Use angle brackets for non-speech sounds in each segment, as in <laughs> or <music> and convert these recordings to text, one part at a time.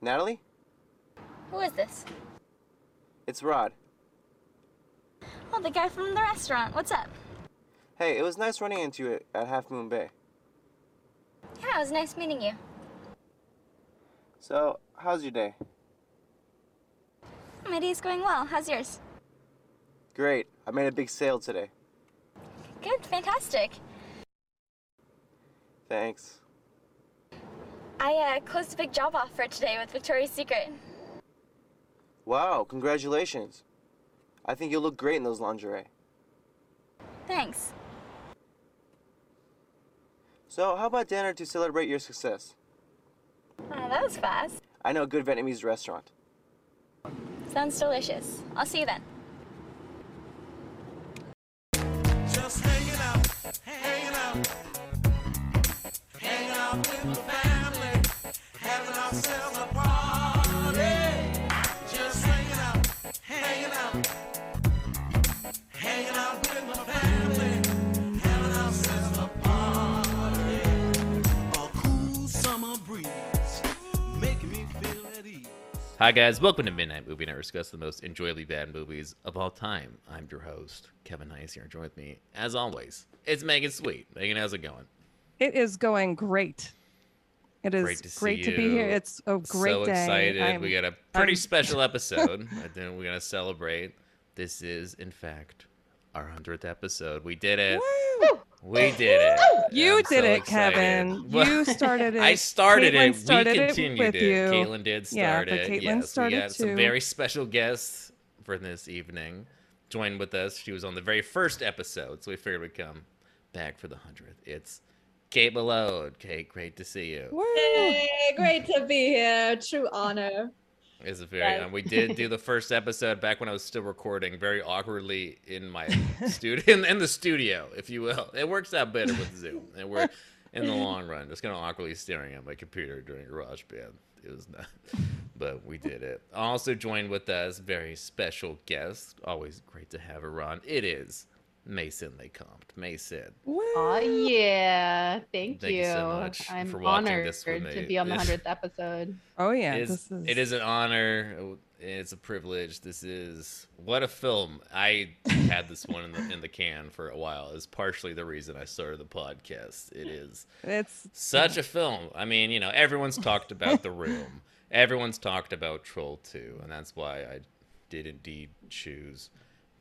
Natalie? Who is this? It's Rod. Oh, the guy from the restaurant. What's up? Hey, it was nice running into you at- at Half Moon Bay. Yeah, it was nice meeting you. So, how's your day? My day's going well. How's yours? Great. I made a big sale today. Good, fantastic. Thanks. I uh, closed a big job offer today with Victoria's Secret. Wow, congratulations. I think you'll look great in those lingerie. Thanks. So, how about dinner to celebrate your success? Oh, that was fast. I know a good Vietnamese restaurant. Sounds delicious. I'll see you then. Just hanging out, hanging out, hanging out with the family, having ourselves a party. Just hanging out, hanging out, hanging out with the family, having ourselves a party. A cool summer breeze, making me feel at ease. Hi, guys. Welcome to Midnight Movie Night. We discuss the most enjoyably bad movies of all time. I'm your host, Kevin Heiss here. Join with me, as always, it's Megan Sweet. Megan, how's it going? It is going great. It is Great great to see to, be here. you. It's a Oh, great so day. excited. I'm- we got a pretty I'm- special episode. <laughs> I think we're going to celebrate. This is, in fact, our 100th episode. We did it. We did it. You I'm did so it, excited. Kevin. Well, <laughs> You started it. I started Caitlin it. started we it continued with it. you. Caitlin did Yeah, start but it. Caitlin yes, started we got some too. very special guests for this evening. Joined with us. She was on the very first episode, so we figured we'd come back for the hundredth. It's Kate Malone. Kate, great to see you. Woo. Hey, great to be here. True honor. It's a very. Right. Um, we did do the first episode back when I was still recording, very awkwardly in my studio, in, in the studio, if you will. It works out better with Zoom, and we're in the long run just kind of awkwardly staring at my computer during GarageBand. It was not, but we did it. Also joined with us, very special guest. Always great to have her on. It is Mason Lecomte. Mason, Oh yeah, thank, Thank you so much I'm for watching honored this with to me. be on the <laughs> This- hundredth episode. Oh yeah, It is- this is. it is an honor. It's a privilege. This is what a film. I had this one in the in the can for a while. It's partially the reason I started the podcast. It is It's such a film. I mean, you know, everyone's talked about The Room. Everyone's talked about Troll 2, and that's why I did indeed choose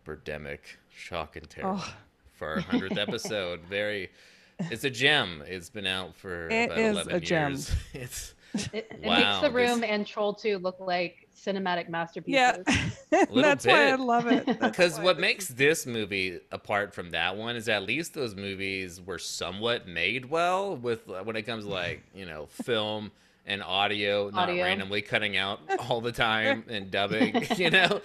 Birdemic Shock and Terror Oh. for our 100th episode. Very it's a gem. It's been out for It about is 11 a years. <laughs> gem. It's It, it Wow, makes the this- room and Troll Two look like cinematic masterpieces. yeah. <laughs> <laughs> That's why I bit. <laughs> love it. That's Because why what this makes this movie apart from that one is at least those movies were somewhat made well with uh, when it comes to like you know film and audio, not Audio. randomly cutting out all the time and dubbing. <laughs> you know,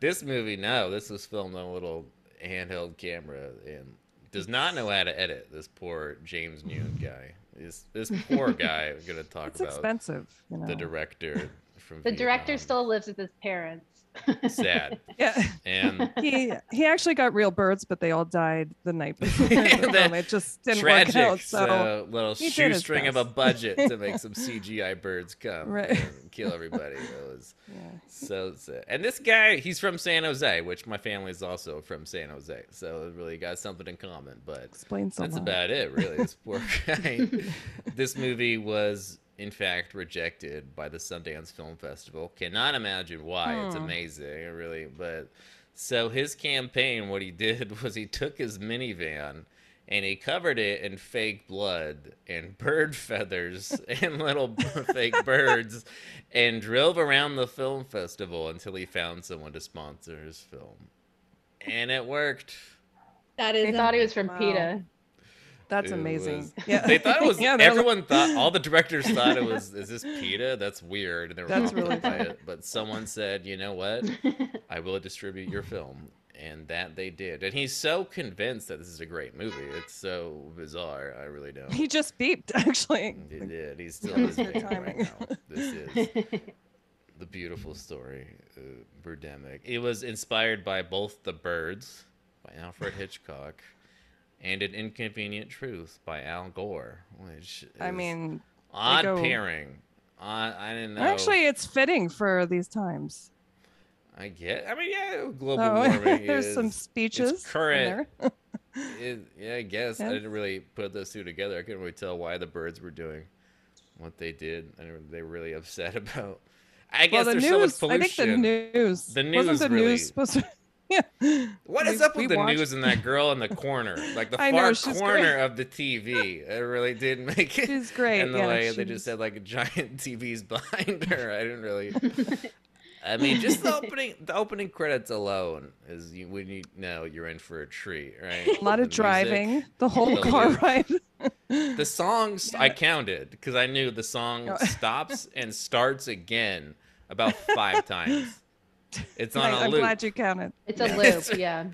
this movie no, this was filmed on a little handheld camera and does not know how to edit. This poor James Newton guy. This this poor guy. We're gonna talk It's about expensive, you know. the director from The director Vietnam. still lives with his parents. sad yeah, <laughs> and. he he actually got real birds, but they all died the night <laughs> <laughs> before. the That- film. It just didn't tragic work out. So uh, little he did his shoestring of a best. budget to <laughs> make some CGI birds come Right. and kill everybody. That was yeah. so sad. And this guy, he's from San Jose, which my family is also from San Jose, so it really got something in common. But explains a that's lot. about it, really. This poor guy. <laughs> this movie was, in fact, rejected by the Sundance Film Festival. Cannot imagine why. It's Hmm. amazing, really. But so his campaign, what he did <laughs> was he took his minivan and he covered it in fake blood and <laughs> bird feathers and little b- fake birds and drove around the film festival until he found someone to sponsor his film. And it worked. That They is thought he was from Wow. PETA. That's It amazing. was- yeah, They <laughs> thought it was Yeah, they're like- everyone thought <laughs> all the directors thought it was is this PETA? That's weird. And they were That's bothered really by funny. it. But someone said, you know what? I will distribute your film. And that they did. And he's so convinced that this is a great movie. It's so bizarre. I really don't. He just beeped <laughs> actually. He did. <laughs> He's still in his Good van right timing. now. This is <laughs> the beautiful story, uh, Birdemic. It was inspired by both The Birds by <laughs> Alfred Hitchcock and An Inconvenient Truth by Al Gore, which I is mean, odd go pairing, I, I didn't know. Actually, it's fitting for these times. I get. I mean, yeah, global <laughs> So warming. Oh, there's some is- speeches. in current. there. it- yeah, I guess I Yeah. didn't really put those two together. I couldn't really tell why the birds were doing what they did, and they were really upset <laughs> about. I guess well, the there's news. so much I pollution. think the news. The Wasn't news the really- news supposed to? <laughs> yeah. What We- is up we with the watched- news and that girl in the corner, like the <laughs> I know, far she's corner great. of the TV? It really did <laughs> make it. She's great, And the yeah, way they she just was- had like giant <laughs> TVs behind her. I didn't really. I mean, just the opening, the opening credits alone is you, when you know you're in for a treat, right? A lot The of music, driving. The whole the car loop. ride. The songs I counted because I knew the song Oh. <laughs> stops and starts again about five times. It's on a Nice, I'm loop. glad you counted. It's a Yeah. loop, yeah.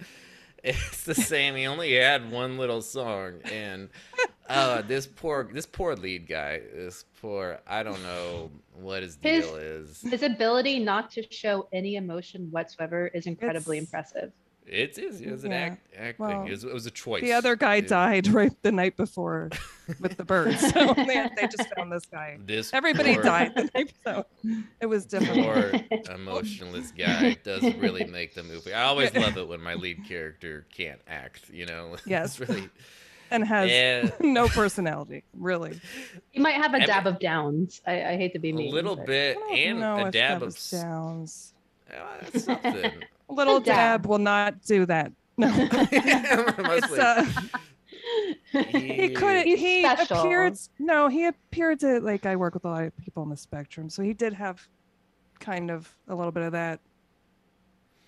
<laughs> It's the same. He only had one little song, and <laughs> uh, this poor, this poor lead guy, this poor, I don't know what his His- deal is. His ability not to show any emotion whatsoever is incredibly It's- impressive. It is, it was an Yeah. act, acting. Well, it, was, it was a choice. The other guy It- died <laughs> right the <laughs> night before with the birds. So <laughs> they, they just found this guy. This Everybody poor, died the night before. It was difficult. <laughs> Poor emotionless guy does <laughs> really make the movie. I always love it when my lead character can't act. You know, <laughs> Yes. it's really eh, and has Yeah. no personality, really. He might have a Every- dab of downs. I, I hate to be a mean. little but- I bit don't <laughs> and know a dab if that of was s- downs. uh, that's something. <laughs> <laughs> A little dab. dab. will not do that. No. <laughs> it's Mostly. uh, He <laughs> he could He's he special. appeared no he appeared to like i work with a lot of people on the spectrum so he did have kind of a little bit of that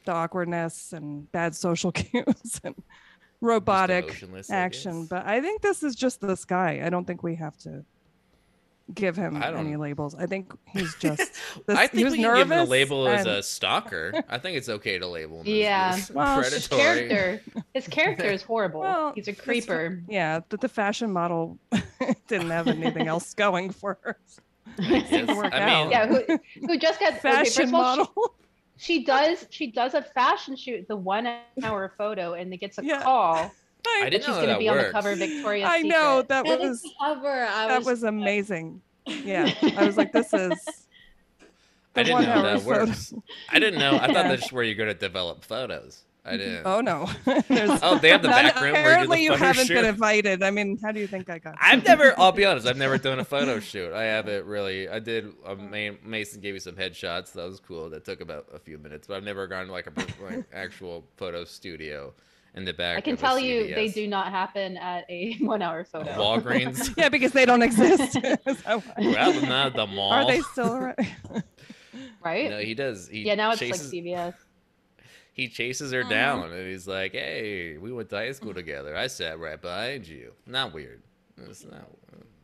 the awkwardness and bad social <laughs> cues and robotic emotionless, I action guess. but i think this is just this guy i don't think we have to give him I don't- any labels i think <laughs> he's just this, I he think was we can nervous give him a label as and- a stalker. I think it's okay to label him. as Yeah. this Well, it's His just predatory. character, <laughs> his character is horrible. Well, He's a it's- creeper. yeah that the fashion model <laughs> didn't have anything else going for her Yes, work I mean, out. <laughs> yeah, who, who just got okay, first fashion of all, she- model <laughs> <laughs> she does she does a fashion shoot the one hour photo and it gets a Yeah. call I that didn't she's know going to Oh, that be on the works. cover of victoria's I know Secret. that That is was the cover. I that was, was amazing. Yeah, I was like, <laughs> this is I the didn't one know hour that photo. works. I didn't know. I thought <laughs> Yeah. that's where you're going to develop photos. I didn't. oh <laughs> no. <laughs> There's Oh, they have the none- back room. Apparently, where you, you do the photo haven't shoot. been invited. I mean, how do you think I got? <laughs> <laughs> I've never. I'll be honest. I've never done a photo shoot. I haven't really. I did. Oh. Uh, Ma- Mason gave me some headshots. That was cool. That took about a few minutes. But I've never gone to like a per- <laughs> like actual photo studio in the back. i can of a tell you they CVS. do not happen at a <laughs> one hour A photo <laughs> Walgreens. Yeah, because they don't exist. <laughs> Is that why? Rather than at the mall. Are they still around? <laughs> right No, he does. He yeah now it's chases, like <laughs> Uh-huh. cvs He chases her down, and he's like, "Hey, we went to high <laughs> school together. I sat right behind you. Not weird. It's not.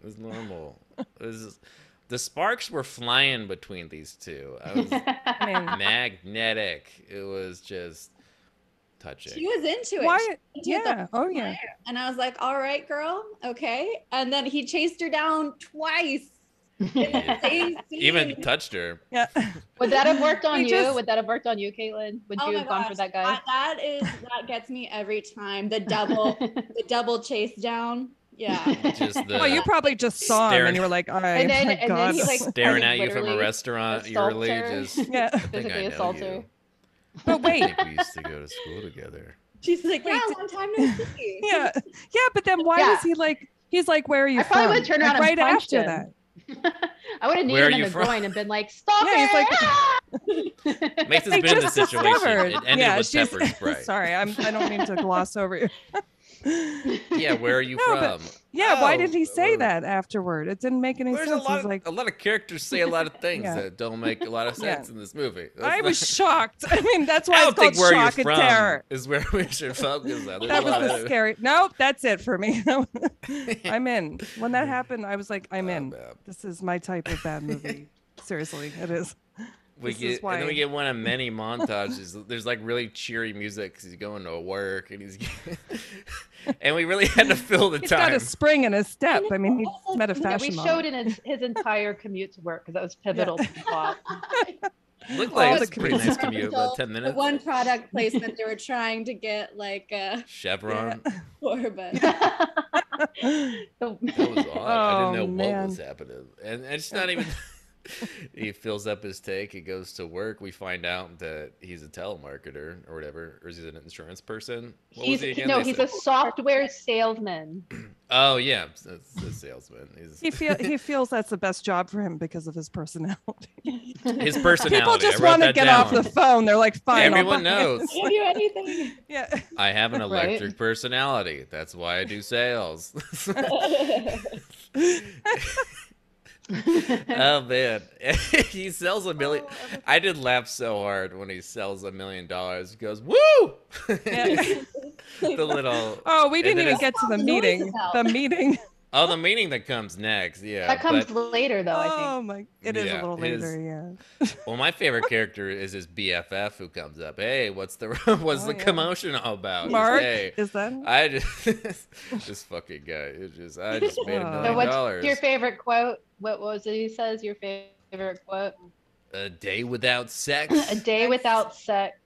It's normal. this is, the sparks were flying between these two. <laughs> I was I mean, magnetic. It was just touching. she was into it. why? She was into it. Yeah. Oh yeah. And I was like, all right, girl, okay. And then he chased her down twice. Yeah. Same scene. Even touched her. Yeah. would that have worked on We you just- would that have worked on you caitlin would Oh you my have gone for gosh, that guy that is that gets me every time. <laughs> The <laughs> double, the double chase down. Yeah. <laughs> Just the Well, Oh, you probably just saw him Staring- and you were like, all right, and then my and God. then he like staring at you from a literally restaurant. You're assaults really her. just. <laughs> yeah. <laughs> I think I Physically know assaults you. her. But I wait. think we used to go to school <laughs> together. She's like, Wait, yeah, did- long time no see. <laughs> <laughs> Yeah. Yeah, but then why Yeah. was he like? He's like, where are you I probably from? would've turned Like, around right and punched after him. that. <laughs> i would Where have needed are him in you the from? groin and <laughs> been like stop Yeah, he's like- it Mason's They been in this just situation. discovered. It ended yeah, with she's- pepper <laughs> spray. Sorry, I'm, I don't mean to gloss over <laughs> you. Yeah, where are you No, but- from? Yeah, why did Oh, he say where- that afterward? It didn't make any There's a sense. lot, He's of, <laughs> like, a lot of characters say a lot of things Yeah. that don't make a lot of <laughs> Yeah. sense in this movie. That's I not- was shocked. <laughs> I mean, that's I why it's don't think called where you're shock and from terror. is where <laughs> we should focus on. There's That a was lot the of- <laughs> scary. No, that's it for me. <laughs> I'm in. <laughs> When that happened, I was like, I'm Oh, in. man. This is my type of <laughs> bad movie. Seriously, it is. We This get is and then we why- get one of <laughs> many montages. There's like really cheery music 'cause he's going to work and he's <laughs> and we really had to fill the He's time. got a spring in his step. I mean, he's <laughs> met a Yeah, we fashion model. showed in his, his entire commute to work because that was pivotal to the <laughs> plot. <laughs> Looked all like the it's a pretty nice commutes. commute, about ten The minutes. one product placement they were trying to get like uh <laughs> <laughs> Chevron. for, but So- That was odd. I Oh, didn't know what man. Oh. <laughs> was happening, and and it's not even. <laughs> he fills up his tank. He goes to work. We find out that he's a telemarketer or whatever, or is he an insurance person? What was he's he again? no, They he's said- a software <laughs> salesman. Oh yeah, that's a salesman. He's, <laughs> He feel he feels that's the best job for him because of his personality. <laughs> his personality. People I just wrote want to that get off down. the phone. They're like, fine. I'll <laughs> Everyone buy knows. this." Give you anything. <laughs> Yeah. I have an <laughs> Right. electric personality. That's why I do <laughs> sales. <laughs> oh man, <laughs> he sells a Oh. million. I did laugh so hard when he sells a million dollars. He goes, "Woo!" <laughs> Yeah. the <laughs> little Oh, we And didn't then even it's- get to the That's what the noise meeting. is about. The meeting. oh, the meaning that comes next. Yeah, that comes but- later, though. I oh my! It is Yeah, a little it is- later. Yeah. well, my favorite character is his BFF who comes up. Hey, what's the <laughs> what's Oh, the yeah. commotion all about? He's, Mark Hey, is that? Oh, I just <laughs> this fucking guy. It just I just made a So think. So, million what's dollars. your favorite quote? What was it he says? Your favorite quote? A day without sex. <laughs> A day without sex.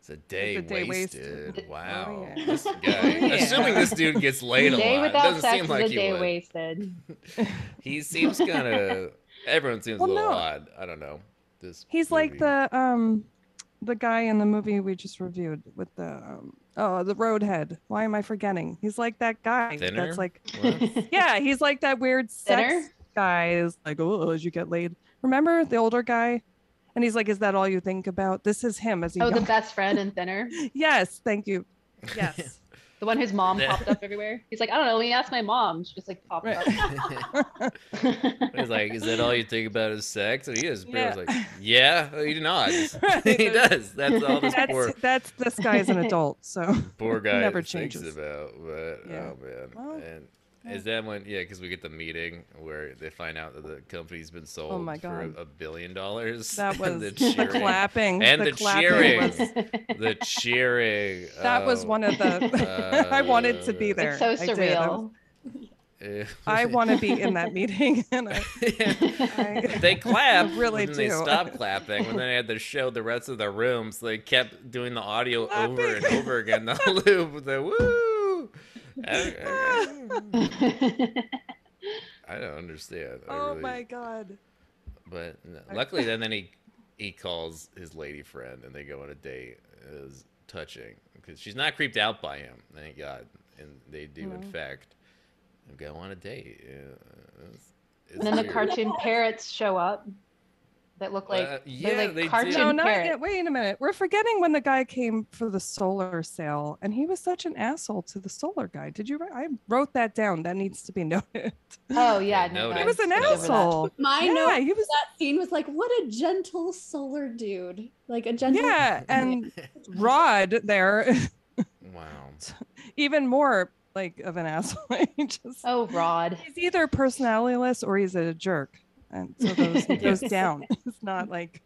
It's a day, It's a day wasted. wasted. oh, Wow. yeah. <laughs> This guy, Yeah. Assuming this dude gets A laid a Oh, day lot, it without doesn't sex seem is like a he day would. wasted. <laughs> He seems kind of. Everyone seems Well, a little no. odd. I don't know. This. He's like movie. the um, the guy in the movie we just reviewed with the um, oh the roadhead. Why am I forgetting? He's like that guy. Thinner? That's like What? yeah. He's like that weird sex Thinner? guy. Is like oh as you get laid. Remember the older guy, and he's like, is that all you think about? This is him as a <laughs> Oh, the young- best friend and thinner. <laughs> yes. Thank you. <laughs> Yes. The one whose mom Yeah. popped up everywhere. He's like, I don't know. Let me ask my mom. She just like popped Right. up. <laughs> He's like, is that all you think about is sex? And he is. pretty much Yeah. like, yeah, <laughs> he nods. <laughs> Right. <laughs> he does. That's all this that's poor that's this guy is an adult. <laughs> So poor <laughs> guy never thinks changes. about. But Yeah. oh man, Well, and yeah. is that when? Yeah, because we get the meeting where they find out that the company's been sold Oh my for God. a, a billion dollars. that <laughs> and was the <laughs> the cheering. clapping And the, the clapping <laughs> cheering. Was, the cheering. that was oh, <laughs> one of the <laughs> I wanted to be uh, there. It's so I did. I was- surreal. eh. <laughs> I want to be in that meeting. <laughs> And I, <laughs> I, they clapped. really and then They <laughs> do. stopped clapping, and then they had to show the rest of the room, so they kept doing the audio over and Clapping. over again. The <laughs> loop, with the woo. <laughs> I, <laughs> I don't understand. I <laughs> oh really- my god! But no. I- luckily, then then he he calls his lady friend, and they go on a date. It was touching because she's not creeped out by him. Thank God, and they do in Mm-hmm. No. fact go on a date. Yeah, it's- it's and then the weird. cartoon parrots show up that look like Uh, they're yeah, like they do. cartoon No, not parrots. yet. Wait a minute. We're forgetting when the guy came for the solar sale, and he was such an asshole to the solar guy. Did you? write- I wrote that down. That needs to be <laughs> noted. Oh yeah, Okay, no, noted. no, He I was an skipped over that. asshole. My yeah, note he was. that scene was like, what a gentle solar dude. Like a gentle. Yeah, <laughs> and Rod there, <laughs> <laughs> wow. even more like of an <laughs> asshole. He just Oh Rod. he's either personalityless or he's a jerk, and so those it goes down. <laughs> It's not like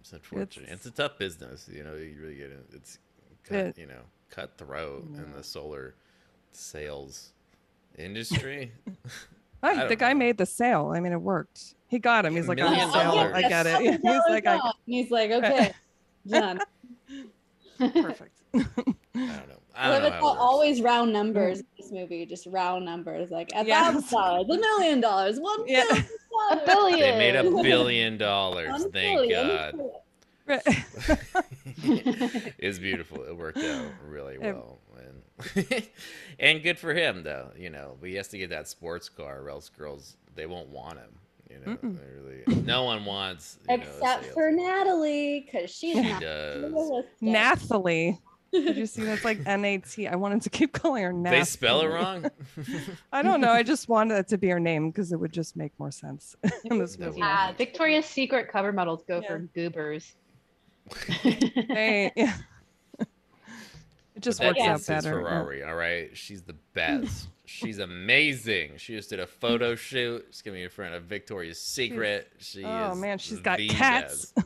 It's unfortunate. It's, It's- a tough business, you know. You really get it. It's cut, It- you know, cutthroat in Yeah. the solar sales industry. I Right, oh, the don't guy know. made the sale. I mean, it worked. He got him. He's like, I'm Million a seller. I dollars. get <laughs> Oh, it. <laughs> He's like, I and he's <laughs> like, okay, done. perfect. I don't know. I I don't love know. it How how it works. always round Mm. numbers in this movie, just round numbers, like a Yes. thousand dollars, a million dollars, one Yeah. billion dollars. A billion. They <laughs> made a billion dollars. one Thank billion. God. Right. <laughs> <laughs> it's beautiful. It worked out really Um, well, and <laughs> and good for him though. You know, but he has to get that sports car, or else girls they won't want him. You know, Mm-mm. they really, no one wants. You know, a Except sales- for Natalie, because she's She not does. realistic. Nathalie. Did you see that's like N A T? I wanted to keep calling her Nath. They spell it wrong. I don't know. I just wanted that to be her name because it would just make more sense in this That movie. would- Ah, Victoria's Secret cover models go for <laughs> goobers. Hey, yeah. It <laughs> just But that works out is his better. yeah. Ferrari, all right. She's the best. She's amazing. She just did a photo shoot. She's gonna be in front of Victoria's Secret. She Oh is man, she's got the cats. <laughs> best.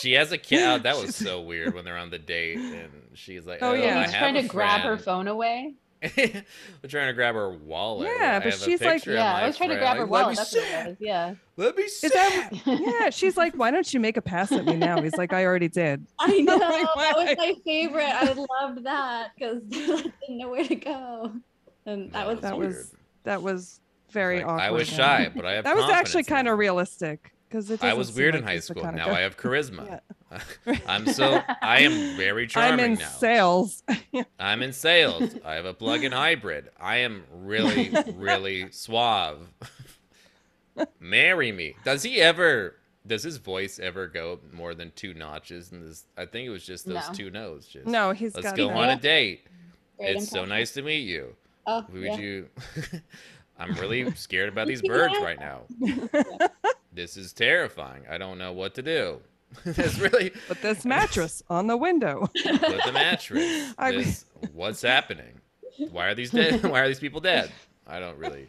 She has a cat. that was She's- so weird when they're on the date and she's like, Oh, "Oh, yeah. yeah, He's trying to grab her phone away. phone. <laughs> We're trying to grab her wallet. Yeah, I but have a she's like- picture of yeah, my I was trying to friend. grab her Like, wallet. That's Let what me it see. was. Yeah. Let me Is see. that? Yeah, she's like, why don't you make a pass at me now? He's like, I already did. <laughs> I know Like, that was why? my favorite. I loved that because <laughs> I didn't know where to go, and that was That weird. was very Like, awkward. I was yeah. shy, but I have. That was actually confidence now. kind of realistic. because it. I doesn't was seem weird like in high he's the school. kind of Now guy- I have charisma. <laughs> Yeah. I'm so I am very I'm charming in now. sales. <laughs> I'm in sales. I have a plug-in hybrid. I am <laughs> really, really suave. Marry me. Does he ever? Does his voice ever go more than two notches? And this, I think it was just those No. two notes. Just no, he's Let's got go that. on <laughs> a date. Great it's so impression. nice to meet you. Oh, Would yeah. you? <laughs> I'm really scared about these Yeah. birds right <laughs> now. this is terrifying. I don't know what to do. <laughs> That's really Put this mattress on the window. put the <laughs> mattress. I mean- This, what's happening? Why are these dead? Why are these people dead? I don't really.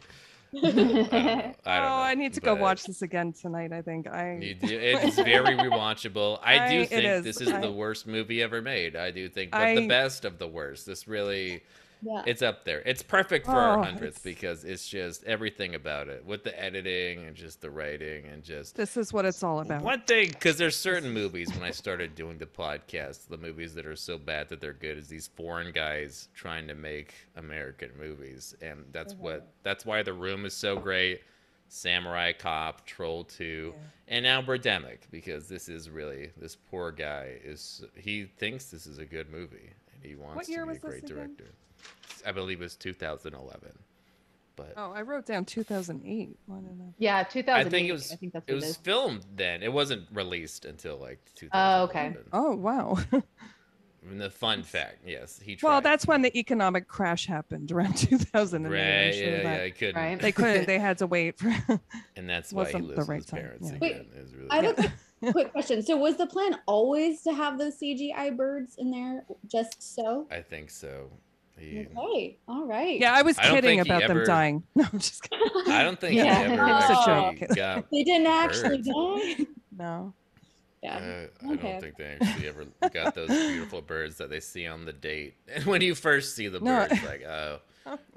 I don't know. I don't <laughs> oh, know, I need to go but watch this again tonight. I think I. you do- It's very rewatchable. I I- do it think is. this is I- the worst movie ever made. I do think, but I- the best of the worst. This really. Yeah. It's up there. It's perfect for our Oh, hundredth it's- because it's just everything about it with the editing and just the writing and just This is what it's all about. one thing. Because there's certain movies when I started doing the podcast, the movies that are so bad that they're good is these foreign guys trying to make American movies, and that's Mm-hmm. what that's why The Room is so great. Samurai Cop, Troll Two, and now Birdemic because this is really this poor guy is he thinks this is a good movie and he wants year to be was a this great again? director. I believe it's 2011. But Oh, I wrote down 2008. Why didn't I- <laughs> Yeah, 2008. I think it was I think that's it what it was is. filmed then. It wasn't released until like 2000. Oh, okay. Oh wow! And the fun fact, yes, he tried. <laughs> well, that's when the E economic crash happened around <laughs> 2008. I'm right. sure yeah, that- yeah, I couldn't. Right. They couldn't. They had to wait for. <laughs> and that's why he wasn't the lives with right his time, parents yeah. Wait, again. Is really I have a bad. quick, quick question. So, was the plan always to have those CGI birds in there just so? I think so. He, Okay. All right. Yeah, I was I don't kidding think he about them ever- dying. <laughs> No, I'm just kidding. I don't think Yeah. he ever It's a actually joke. got. uh, They didn't actually Birds. <laughs> die. No. Uh, Yeah. I Okay. don't think they actually ever got those beautiful birds that they see on the date. <laughs> And when you first see the No. birds, <laughs> like, oh,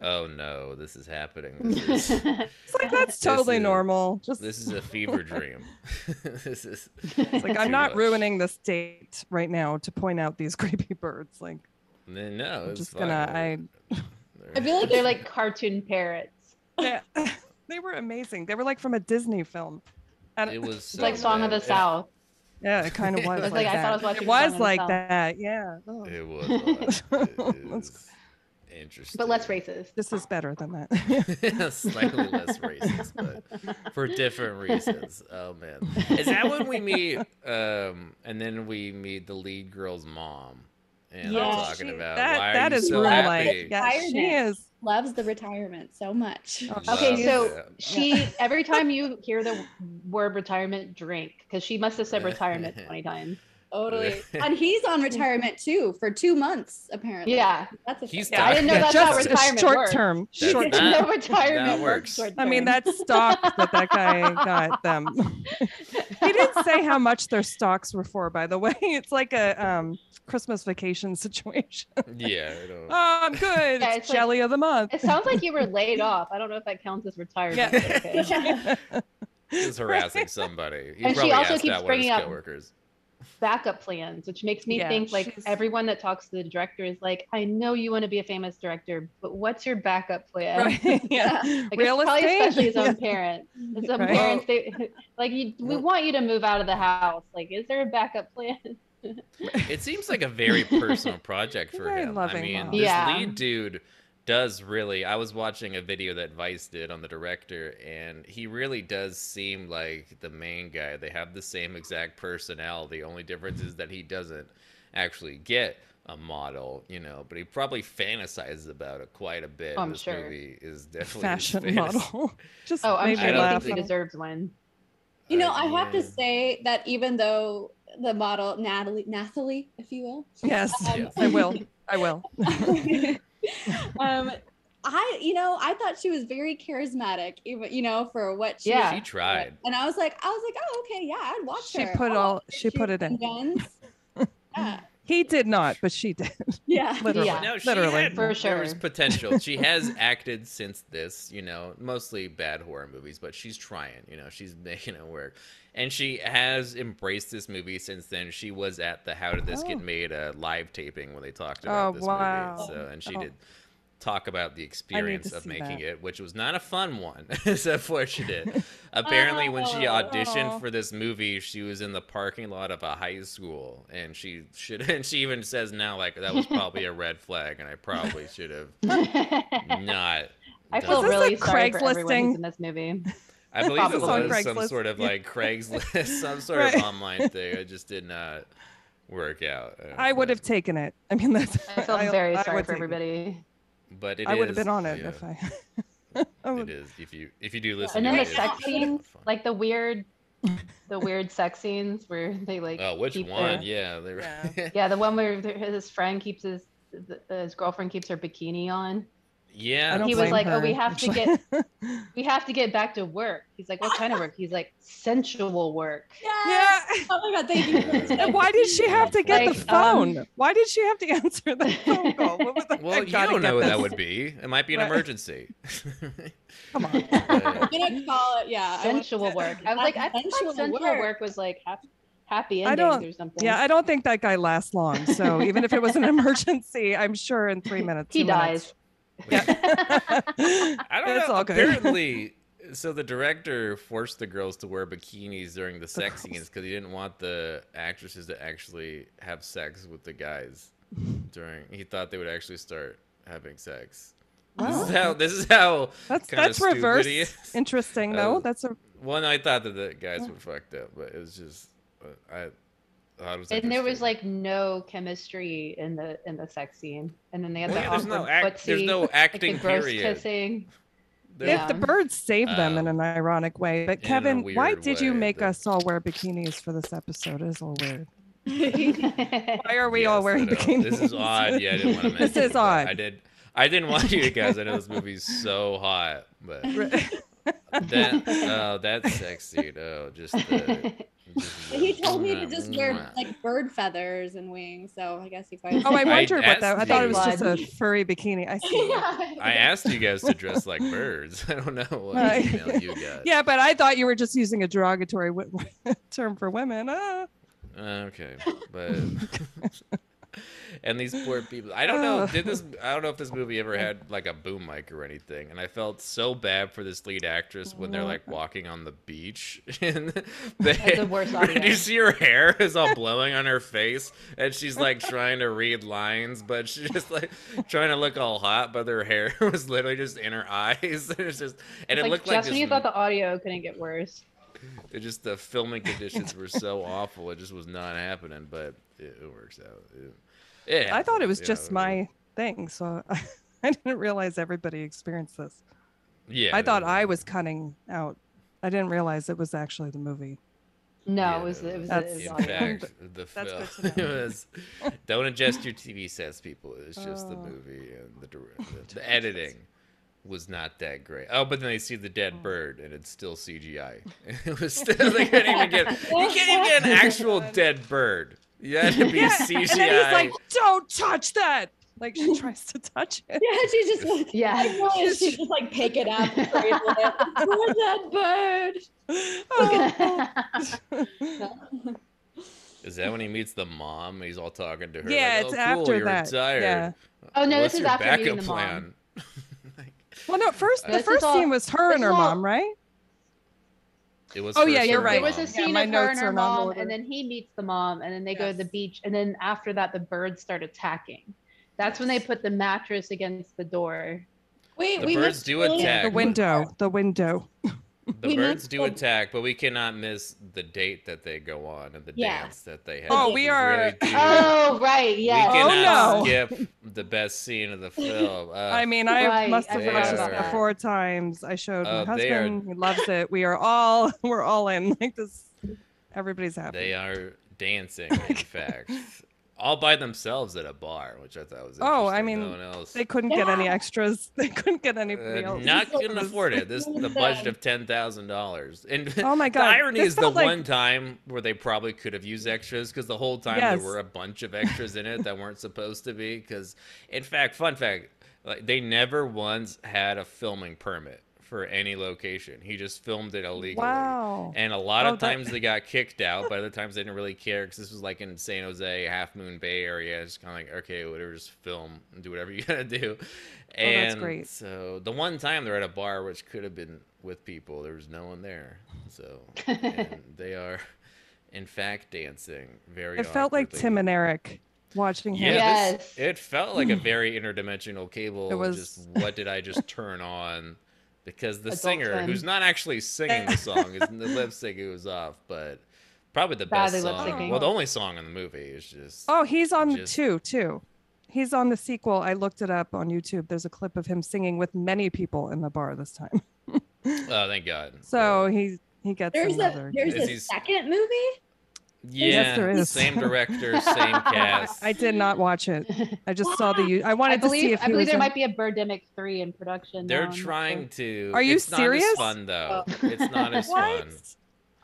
oh no, this is <laughs> happening. <laughs> This is, It's like that's totally is- normal. Just this is a fever dream. <laughs> this is <laughs> it's like too I'm not much. ruining this date right now to point out these <laughs> creepy birds. Like no. I'm it's just fine. gonna. I They're- I feel like They're like cartoon parrots. yeah, they <laughs> were amazing. They were like from a Disney film. And it was so It's like Song of the bad. South. yeah, it <laughs> kind of was. It was like, like I that. thought I was watching It Song was of the like South. that. Yeah. Oh, <laughs> It was. a lot. It Let's- is interesting. But less racist. this is better than <laughs> that. Slightly less racist, <laughs> but for different reasons. Oh man, is that when we meet? Um, and then we meet the lead girl's mom, and Yeah, I'm talking She- about that. why that are you is so real happy? life. Yeah, she Retirement. is. Oh. Loves the retirement so much. Okay, Love so that. <laughs> she every time you hear the word retirement, drink because she must have said retirement twenty times. <laughs> <laughs> Totally. and he's on retirement too for two months, apparently. Yeah, That's a He's thing. Yeah, I didn't know that's how Just retirement short works. <laughs> term. That's Short. not- term. no retirement <laughs> works. short I mean term. that stock that that <laughs> guy got them. he didn't say how much their stocks were for, by the way. <laughs> It's like a um, Christmas vacation <laughs> situation. <laughs> yeah, I don't. <laughs> Oh, I'm good. Yeah, it's it's like- jelly of the month. <laughs> It sounds like you were laid off. I don't know if that counts as retirement. Yeah. but <laughs> okay. He's harassing somebody. He And she probably also asked keeps out one of bringing his up- coworkers. Backup plans, which makes me Yeah, think like she's- everyone that talks to the director is like, I know you want to be a famous director, but what's your backup plan? <laughs> Right. Yeah. <laughs> Like, Real it's probably estate. especially his Yeah. own parents. His own Right. parents, they <laughs> like you, we want you to move out of the house. Like, is there a backup plan? <laughs> It seems <laughs> like a very personal project for Very him. I loving mean, mom. this Yeah. lead dude does really. I was watching a video that Vice did on the director, and he really does seem like the main guy. They have the same exact personnel. The only difference is that he doesn't actually get a model, you know, but he probably fantasizes about it quite a bit. Oh, I'm this sure. movie is <laughs> definitely his <laughs> Fashion fantasy. model. Just Oh, I'm made sure me he don't laugh. thinks he deserves one. <laughs> You know, I have to mean, say that even though the model Natalie, Natalie, if you will, Yes, <laughs> Yes. I will. I <laughs> will. um, I, you know, I thought she was very charismatic, even you know, for what she. Yeah. She tried. And I was like, I was like, oh, okay, yeah, I'd watch She her. put Oh, all. She she put it was in. Guns. <laughs> yeah, He did not, but she did. yeah. <laughs> Literally. Yeah. No, she <laughs> Literally. had- For there was sure. <laughs> potential. She <laughs> has acted since this, you know, mostly bad horror movies, but she's trying, you know, she's making it work. And she has embraced this movie since then. She was at the How Did This Get Oh. Made uh, live taping when they talked Oh, about this wow. movie. So, and she Oh. did talk about the experience of see making <laughs> that. <laughs> it, which was not a fun one. it's unfortunate. Apparently, when she Oh. auditioned for this movie, she was in the parking lot of a high school, and she should. <laughs> And she even says now, like that was probably a red flag, and I probably should have not. I done Was this feel that." a really sorry for everyone Craigslist-ing? who's in this movie. I believe it This on was some Craigslist. sort of Yeah. like Craigslist, <laughs> some sort Right. of online thing. It just did not work out. Uh, don't <laughs> I would know. have taken it. I mean, that's. I feel very I sorry would for take it. everybody. but it I would have is- been on it yeah, if I. <laughs> <laughs> Oh, I It would- is if you if you do listen. And then to the it, it sex is scenes, fun. like the weird, the weird sex scenes where they like. oh, which keep one? their- Yeah, they were- Yeah. yeah, the one where th- his friend keeps his th- uh, his girlfriend keeps her bikini on. <laughs> yeah. I don't He was blame like, "Oh, we her, <laughs> have to actually. We have to get back to work. He's like, what kind of work? He's like, sensual work. Yes. yeah. Oh my god, thank you. for <laughs> And that. why did she have to get Like, the phone? um, why did she have to <laughs> answer the phone call? What was the, I Well, you gotta don't get know what this. that would be. It might be an <laughs> Right. emergency. <laughs> Come on. But- I'm gonna call it. Yeah, I want- <laughs> Sensual work. I was like, I thought Sensual sensual work. work. was like happy, happy I endings don't- or something. Yeah, I don't think that guy lasts long. <laughs> So even if it was an emergency, I'm sure in three minutes he two minutes- dies. I don't It's know. all good. Apparently, so the director forced the girls to wear bikinis during the sex girls. scenes because he didn't want the actresses to actually have sex with the guys during. He thought they would actually start having sex. This <laughs> is <laughs> Wow. how. This is how. That's kinda that's reverse. stupid it is. Interesting Uh, though. That's a Well, no, I thought that the guys Yeah. were fucked up, but it was just. uh, I. I was and there was interesting. like no chemistry in the in the sex scene. And then they had Well, the yeah, there's no awkward act. There's footsie, no like the acting gross period. <laughs> kissing. There- if the Yeah. birds saved them in Um, an ironic way. But in a Kevin, why weird did you way, make the- us all wear bikinis for this episode? It's a little weird. I Why are we all Yes, I wearing know. bikinis? This is odd. Yeah, I didn't <laughs> want to mention This it, is but odd. I did. I didn't want you guys. I know this movie's so hot, but that oh, that sex scene. Oh, just. The, just But <laughs> he told me to mwah, just wear mwah. like bird feathers and wings, so I guess you guys. <laughs> Oh, I I wondered what asked that. I thought it was you. just a furry bikini. I <laughs> see. I asked you guys to dress like birds. <laughs> I don't know what Right. email you got. <laughs> Yeah, but I thought you were just using a derogatory w- <laughs> term for women. Ah. Uh, Okay, but <laughs> and these poor people. I don't know. Did this? I don't know if this movie ever had like a boom mic or anything. And I felt so bad for this lead actress when they're like walking on the beach <laughs> and they, <laughs> the <laughs> worst Do you audio. see her hair is all blowing on her face, and she's like trying to read lines, but she's just like trying to look all hot, but her hair <laughs> was literally just in her eyes. <laughs> And it's just and it like, looked just like when you this thought the audio couldn't get worse. it just the <laughs> filming conditions were so awful. It just was not happening, but it, it works out. It, it I thought it happens, was you just know, it- my thing, so <laughs> I, didn't realize everybody experienced this. Yeah. I thought it- I was cutting out. I didn't realize it was actually the movie. No, yeah, it was it was, it That's- was in audio. fact the That's film. <laughs> good to know. it was, don't ingest your TV sets, people. It's just the Oh. movie and <laughs> the dir- the, the editing was not that great. Oh, but then they see the dead bird and it's still CGI. <laughs> <laughs> It was still they couldn't even get you can't even get an actual <laughs> dead bird. You had to be CGI. and then he's like, "Don't touch that!" Like <laughs> she tries to touch it. <laughs> Yeah, she just. like- I <laughs> Yeah. <laughs> realized <laughs> she just like pick it up. and cradle it. Poor dead bird. <laughs> Oh. Is that when he meets the mom? He's all talking to her. yeah, like, it's "Oh, cool, after you're that. Retired. Yeah. Oh no, What's this is your after meeting backup the mom. plan? <laughs> Like, Well, no, first This the is first all- scene was her this and is her all- mom, right? it was. Oh, yeah, first you're her right. There was mom. a scene my of her and notes her are not mom, ordered. and then he meets the mom, and then they go to the Yes. beach, and then after that, the birds start attacking. That's when they put the mattress against the door. Wait, The we birds missed do Lily. attack. The Exactly. window. The window. the we birds missed do the- attack, but we cannot miss the date that they go on and the Yeah. dance that they have. Oh, we are- Really do- <laughs> Oh right, We cannot no. skip the best scene of <laughs> the film. Uh, I mean, I Right, must I have forgot watched this about about that. four times. I showed my Oh, they are- husband; he loves it. We are all <laughs> we're all in like this. Everybody's happy. they are dancing, <laughs> in fact, all by themselves at a bar, which I thought was. Oh, I interesting. mean, no one else. They couldn't get any extras. <laughs> They couldn't get anybody Uh, else. not This couldn't was- afford it. This the This budget of ten thousand dollars. And Oh <laughs> my the God. irony This is the felt like- one time where they probably could have used extras because the whole time Yes. there were a bunch of extras in it that weren't supposed to be. Because in fact, fun fact, like they never once had a filming permit for any location. He just filmed it illegally. Wow. And a lot Oh, of that- times they got kicked out, but other times they didn't really care because this was like in San Jose, Half Moon Bay area. It's kind of like, okay, whatever, just film and do whatever <laughs> you gotta do. Oh, that's And great. so the one time they're at a bar, which could have been with people. There was no one there, so <laughs> and they are, in fact, dancing very. It felt like awkwardly. Tim and Eric watching him. Yeah, this- Yes. it felt <laughs> like a very interdimensional cable. It of was- just what did I just turn on? Because the Adult singer, Swim. who's not actually singing the song, is the lip sync it was off, but probably the Badly best lip song. syncing. Well, the only song in the movie is just. Oh, he's on Just- two too. He's on the sequel. I looked it up on YouTube. There's a clip of him singing with many people in the bar this time. <laughs> Oh, thank God. So he he gets There's another. a there's Is a he's- second movie. yeah, there is. same <laughs> director, same cast. I did not watch it. uh, I just saw <gasps> the. U- I I wanted to see believe if I he believe was. there in- might be a Birdemic three in production. They're now, I'm not sure. trying to. Are you it's serious? Not as fun though. Oh. It's not <laughs> as What? fun.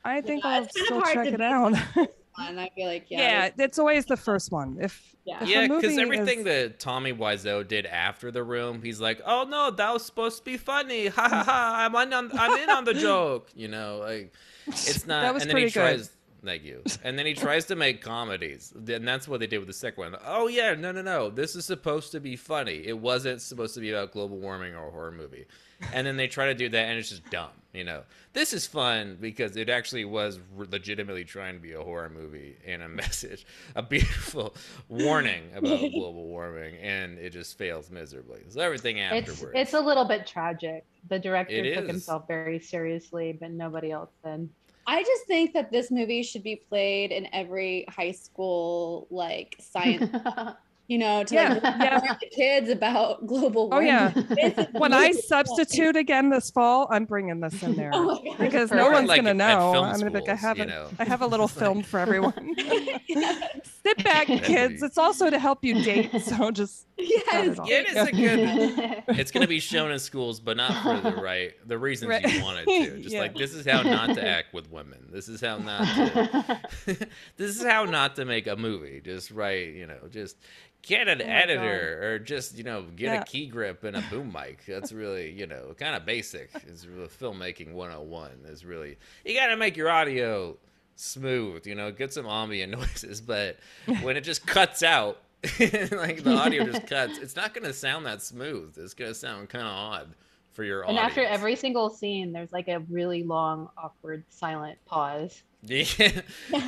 I think Yeah, I'll it's kinda still hard check to it be- <laughs> out. And I feel like <laughs> yeah. yeah, it's always the first one. If Yeah. if a Yeah, because movie everything is- that Tommy Wiseau did after the room, he's like, "Oh no, that was supposed to be funny. <laughs> Ha ha ha! I'm on, I'm in on <laughs> the joke." You know, like it's not. that was and then pretty he good. tries. Thank you. And then he tries to make comedies, and that's what they did with the second one. Oh yeah, no no no. This is supposed to be funny. It wasn't supposed to be about global warming or a horror movie. And then they try to do that, and it's just dumb. You know, this is fun because it actually was re- legitimately trying to be a horror movie and a <laughs> message, a beautiful warning <laughs> about global warming, and it just fails miserably. So everything It's afterwards. it's a little bit tragic. The director It took is. himself very seriously, but nobody else did. I just think that this movie should be played in every high school like <laughs> science, <laughs> you know, to <laughs> like Yeah. warn the kids about global Oh, warming. yeah. This is when I really- substitute again this fall, I'm bringing this in there <laughs> Oh my God. because Or no one's like gonna at- at know. film I'm gonna be like, I schools, have you a- know. I have a little <laughs> It's like- film for everyone. <laughs> <laughs> Sit back, kids. It's also to help you date. <laughs> So just <laughs> cut <laughs> yes. it off. Yeah, it is a good. It's gonna be shown in schools, but not for <laughs> the right the reasons you Right. want it <laughs> to. Just Yeah. like this is how not to act with women. This is how not to. <laughs> <laughs> this is how not to make a movie. Just right, you know, just get an Oh my God. editor or just you know get Yeah. a key grip and a boom mic. That's really you know kind of basic. Is really filmmaking 101 is really you got to make your audio smooth. You know, get some ambient <laughs> noises, but when it just cuts out. <laughs> like the <laughs> audio just cuts. It's not gonna sound that smooth. It's gonna sound kind of odd for your <laughs> and audience. after every single scene, there's like a really long, awkward, silent <laughs> pause. <laughs> Yeah.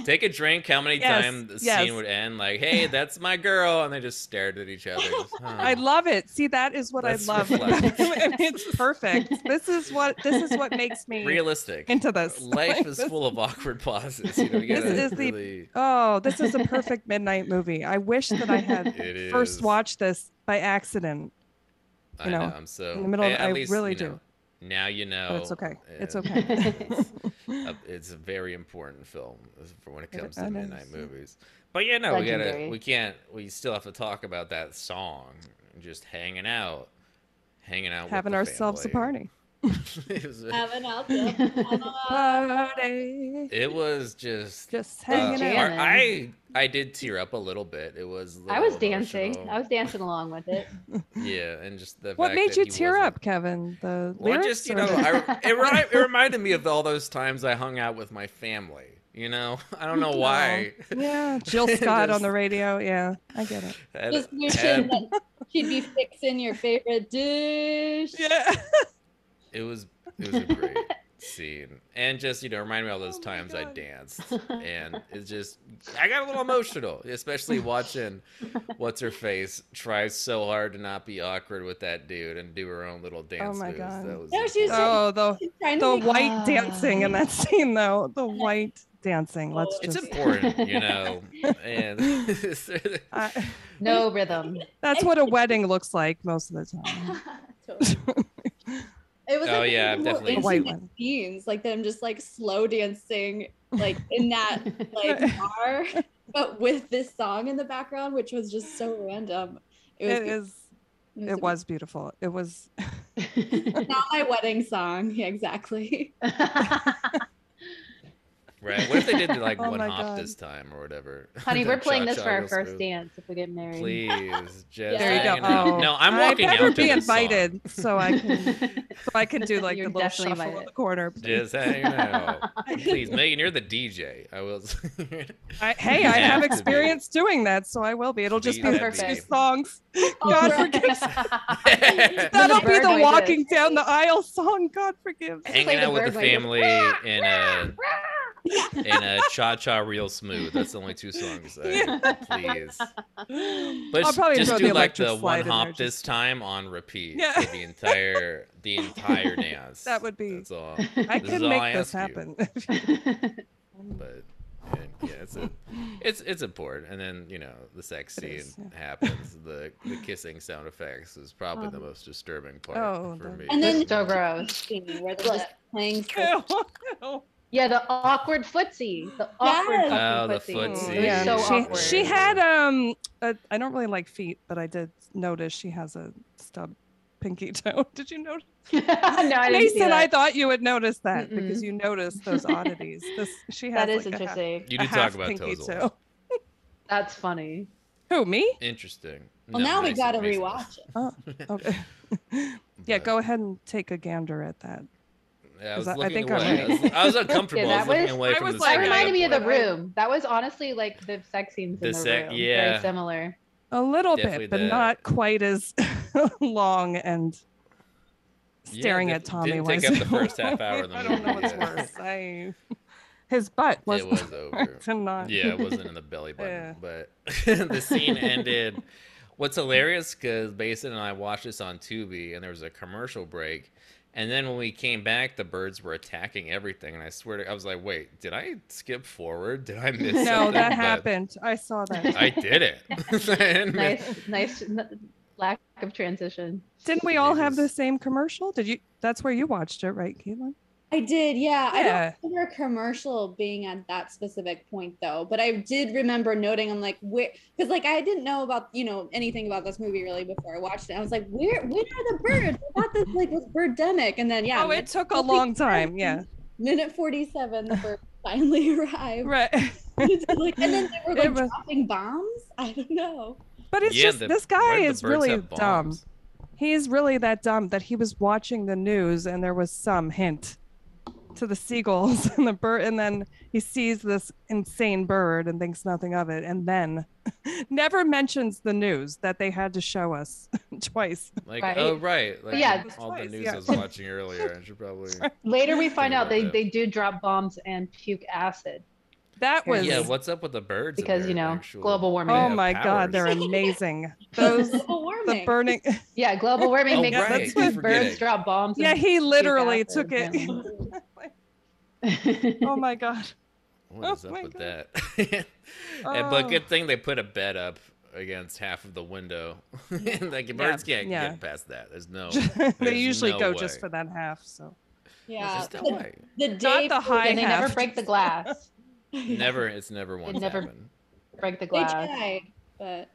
Take a drink. How many <laughs> Yes, times the yes. scene would end like, "Hey, that's my girl," and they just stared at each other. <laughs> just, huh. <laughs> I love it. See, that is what That's I love. reflective. I mean, <laughs> it's perfect. This is what this is what makes me realistic. <laughs> into this. <laughs> Life Like, is this- full of awkward pauses. You know, you This gotta is the- really- Oh, this is a perfect midnight movie. I wish that I had <laughs> It first is. watched this by accident. I you know, know, I'm so in the middle of- at I least, really you do. know, now you know. it's okay. It's and <laughs> okay. <laughs> It's, a, it's a very important film for when it It- comes I to know. midnight movies. But yeah, no, we gotta, Legendary. we can't, we still have to talk about that song. Just hanging out, hanging out, with Having the ourselves a family. party. <laughs> it, was, Have an <laughs> outfit. Party. it was just Just Uh, hanging out. Jamming. I I did tear up a little bit. It was. a I was little dancing. emotional. I was <laughs> dancing along <laughs> with it. Yeah, and just the. What fact made that you he tear wasn't- up, Kevin? The Well, lyrics just you or know, the- <laughs> I, <laughs> it, remi- it reminded me of all those times I hung out with my family. You know, <laughs> I don't know why. <laughs> yeah, Jill Scott on Just- the radio. Yeah, I get it. Had- Just had- wishing that she'd be fixing your favorite dish. Yeah. it was it was a <laughs> great scene, and just you know, reminded me of all those Oh my times I God. danced, <laughs> and it's just I got a little emotional, especially <laughs> watching what's her face try so hard to not be awkward with that dude and do her own little dance Oh my moves. God. That was No, just she's like- <laughs> Oh, the She's trying the to make- white dancing in that <laughs> scene though. The white dancing. Let's it's just. <laughs> important, you <laughs> know. and <laughs> I- No rhythm. <laughs> that's what a wedding looks like most of the <laughs> time. <laughs> It was Oh, like yeah, I've one of definitely the more White intimate one. scenes, like them just like slow dancing, like in that <laughs> like bar, but with this song in the background, which was just so random. It was. It is. it It was beautiful. It was. <laughs> not my wedding song. Yeah, exactly. right, right. What if they did like Oh one my hop God. this time or whatever? <laughs> Honey, The we're playing this for cha-cha our real first smooth. dance if we get married. Please, just There you go. hanging out. Oh. No, I'm I walking better out to be this song. invited so I <laughs> can so I can do like the You're little definitely shuffle in invited. the corner. <laughs> Just hanging out. Please, Megan, you're the DJ. I will. <laughs> I, hey, You I have have to be. experience doing that, so I will be. It'll just You be have the to two be. <laughs> songs. Oh, God right. <laughs> forgives. Hanging That'll be bird the noises. walking down the aisle song. God forgives. Play the out with the bird noises. family in <laughs> a in a cha cha real smooth. That's the only two songs. I, <laughs> please, I'll let's probably just throw do the like electric the slide one in there, hop just- this time on repeat Yeah. for the entire the <laughs> entire dance. That would be- That's <laughs> all. I This can is all make I this ask you. <laughs> happen. <laughs> but and, yeah, it's a, it's it's important. And then you know the sex It scene is, yeah. happens. The the kissing sound effects is probably the Um, most disturbing part oh, for the- me. Oh. And then- so gross. Scene where the <laughs> playing Ew, ew. Yeah, the awkward footsie. The awkward Yes. Oh, fucking the footsie. footsie. It was yeah, so she, awkward. she had um. A, I don't really like feet, but I did notice she has a stub pinky <laughs> toe. Did you notice? <laughs> Ah, no, I didn't see Mason, I that. thought you would notice that Mm-mm. because you noticed those oddities. This she has that is like, a half- interesting. you a do half talk about pinky toes. a toe. lot. That's funny. Who me? Interesting. Well, No, now we Mason- gotta Mason. <laughs> rewatch it. Okay. Oh, <laughs> yeah, But- go ahead and take a gander at that. Yeah, I Is was that- I looking think I'm away. I, was, right. I was uncomfortable. Yeah, I was that looking was- away I from was the like, That I- screen reminded me of <laughs> the at that point. room. That was honestly like the sex scenes The in the sec- room. yeah. <laughs> Very similar. A little Definitely bit, but the- not quite as <laughs> long and Yeah, staring at definitely Tommy. didn't was take up the first half hour of the <laughs> I don't know movie, what's yeah. <laughs> worse. I his butt was, <laughs> It was over. and not Yeah, it wasn't in the belly button, Yeah. but <laughs> the scene ended. What's hilarious because Basin and I watched this on Tubi, and there was a commercial break, and then when we came back, the birds were attacking everything, and I swear to, I was like, "Wait, did I skip forward? Did I miss?" <laughs> No, something?" that But happened. I saw that. I did it. <laughs> I didn't miss- Nice, nice n- lack of transition. Didn't we all have the Jesus. same commercial? Did you? That's where you watched it, right, Caitlin? I did, yeah. I Yeah. don't remember a commercial being at that specific point though, but I did remember noting I'm like, where because like I didn't know about you know anything about this movie really before I watched it. I was like, where where are the birds? I thought this like was birdemic. And then yeah, oh, it minute, took a Holy long time. Yeah, minute 47, the birds <laughs> finally arrived. <laughs> right. like, and then they were It like was- dropping bombs. I don't know. <laughs> But it's Yeah, just the- this why guy did the is birds really have dumb. bombs? He's really that dumb that he was watching the news and there was some hint to the seagulls <laughs> and the bird, and then he sees this insane bird and thinks nothing of it, and then <laughs> never mentions the news that they had to show us <laughs> twice. Like, Right? oh right, like yeah. all the news Yeah. I was watching earlier. I should <laughs> probably. Later we find Think out about they, that. they do drop bombs and puke acid That was Yeah, what's up with the birds? and because their you know actual- global warming. oh have my god, powers. <laughs> they're amazing. Those Global the warming. burning. Yeah, global warming <laughs> Oh, makes right, sense you're when birds forgetting. drop <laughs> bombs. Yeah, and he puke literally acid, took it. apparently. <laughs> oh my god. What is <laughs> Oh up my with God. that? <laughs> And- but Oh. good thing they put a bed up against half of the window. <laughs> like the birds can't yeah. get past that. There's no. <laughs> they there's usually no go way. just for that half. So Yeah. <laughs> There's The, no way. the day the high and they never half. break <laughs> the glass. <laughs> <laughs> Never. It's never once never- happened. Break the they glass. tried, but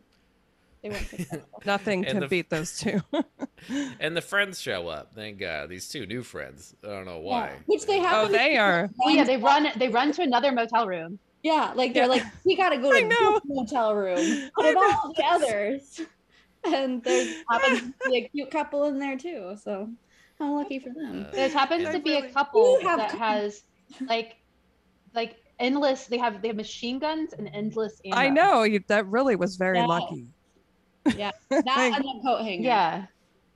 they weren't successful. nothing And can the- beat <laughs> those two. And the friends show up. Thank God. These two new friends. I don't know why. Which they oh, have. they are. Oh yeah, they run. They run to another motel room. Yeah, like they're Yeah. like, we gotta go I to know. this motel room <laughs> I out of all the others, <laughs> <laughs> and there's happens to be a cute couple in there too. So how lucky for them. Uh, There happens I to be a really- couple You have that guns. has like, like endless. They have they have machine guns and endless. Ammo. I know you, that really was very Wow. lucky. <laughs> That and the coat hanger Yeah.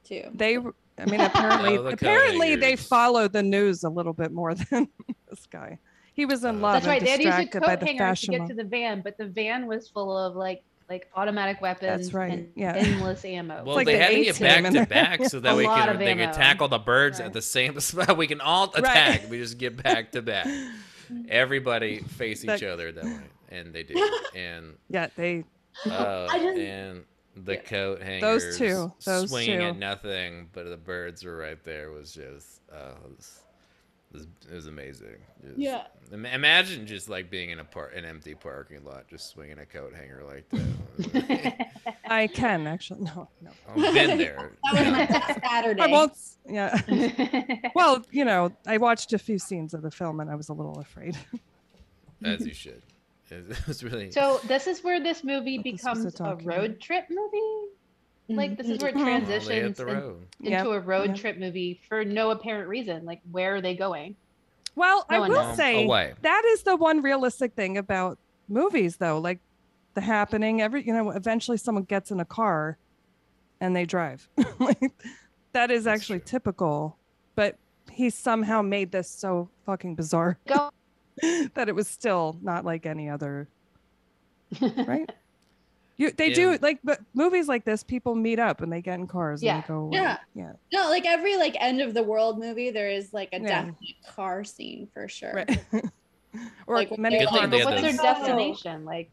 too. They, w- I <laughs> mean, apparently, Oh, the apparently they Cohangers. followed the news a little bit more <laughs> than this guy. He was in Uh, love That's right. and They had to use a distracted by coat the hanger to fashion. get of- to the van, but the van was full of like like automatic weapons right, and yeah. endless ammo. Well, like <laughs> they the had to get A-team back in to there. back so that A we lot can of they can ammo. tackle the birds Right. at the same <laughs> spot. We can all attack. We just get back to back. Everybody face each That- other that way, and they do. And <laughs> yeah, they. uh, I just- and the Yeah. coat hangers Those two, those swinging at two. nothing, but the birds were right there. Was just uh, it, was, it was- it was amazing. Just- Yeah. im- imagine just like being in a park, an empty parking lot, just swinging a coat hanger like that. <laughs> I can actually. No, no. I've been there. That was my last Saturday. I <laughs> won't. s- Yeah. <laughs> yeah. Well, you know, I watched a few scenes of the film and I was a little afraid. <laughs> as you should. It <laughs> was really So this is where this movie But this was a becomes a documentary. road trip movie. Like Mm-hmm. this is where it Well, they hit transitions Mm-hmm. the in- road. into Mm-hmm. Yep, a road yep. trip movie for no apparent reason. Like where are they going? Well, I No one will knows. say away. that is the one realistic thing about movies, though. Like the happening, every you know, eventually someone gets in a car and they drive. <laughs> like that is That's actually true. typical, but he somehow made this so fucking bizarre Go. <laughs> that it was still not like any <laughs> other right? You they Yeah. do like but movies like this, people meet up and they get in cars and Yeah. they go away. Yeah. Yeah. No, like every like end of the world movie, there is like a Yeah. definite car scene for sure. Right. <laughs> or Like, many they're Good thing cars. they but had what's their those- destination? Like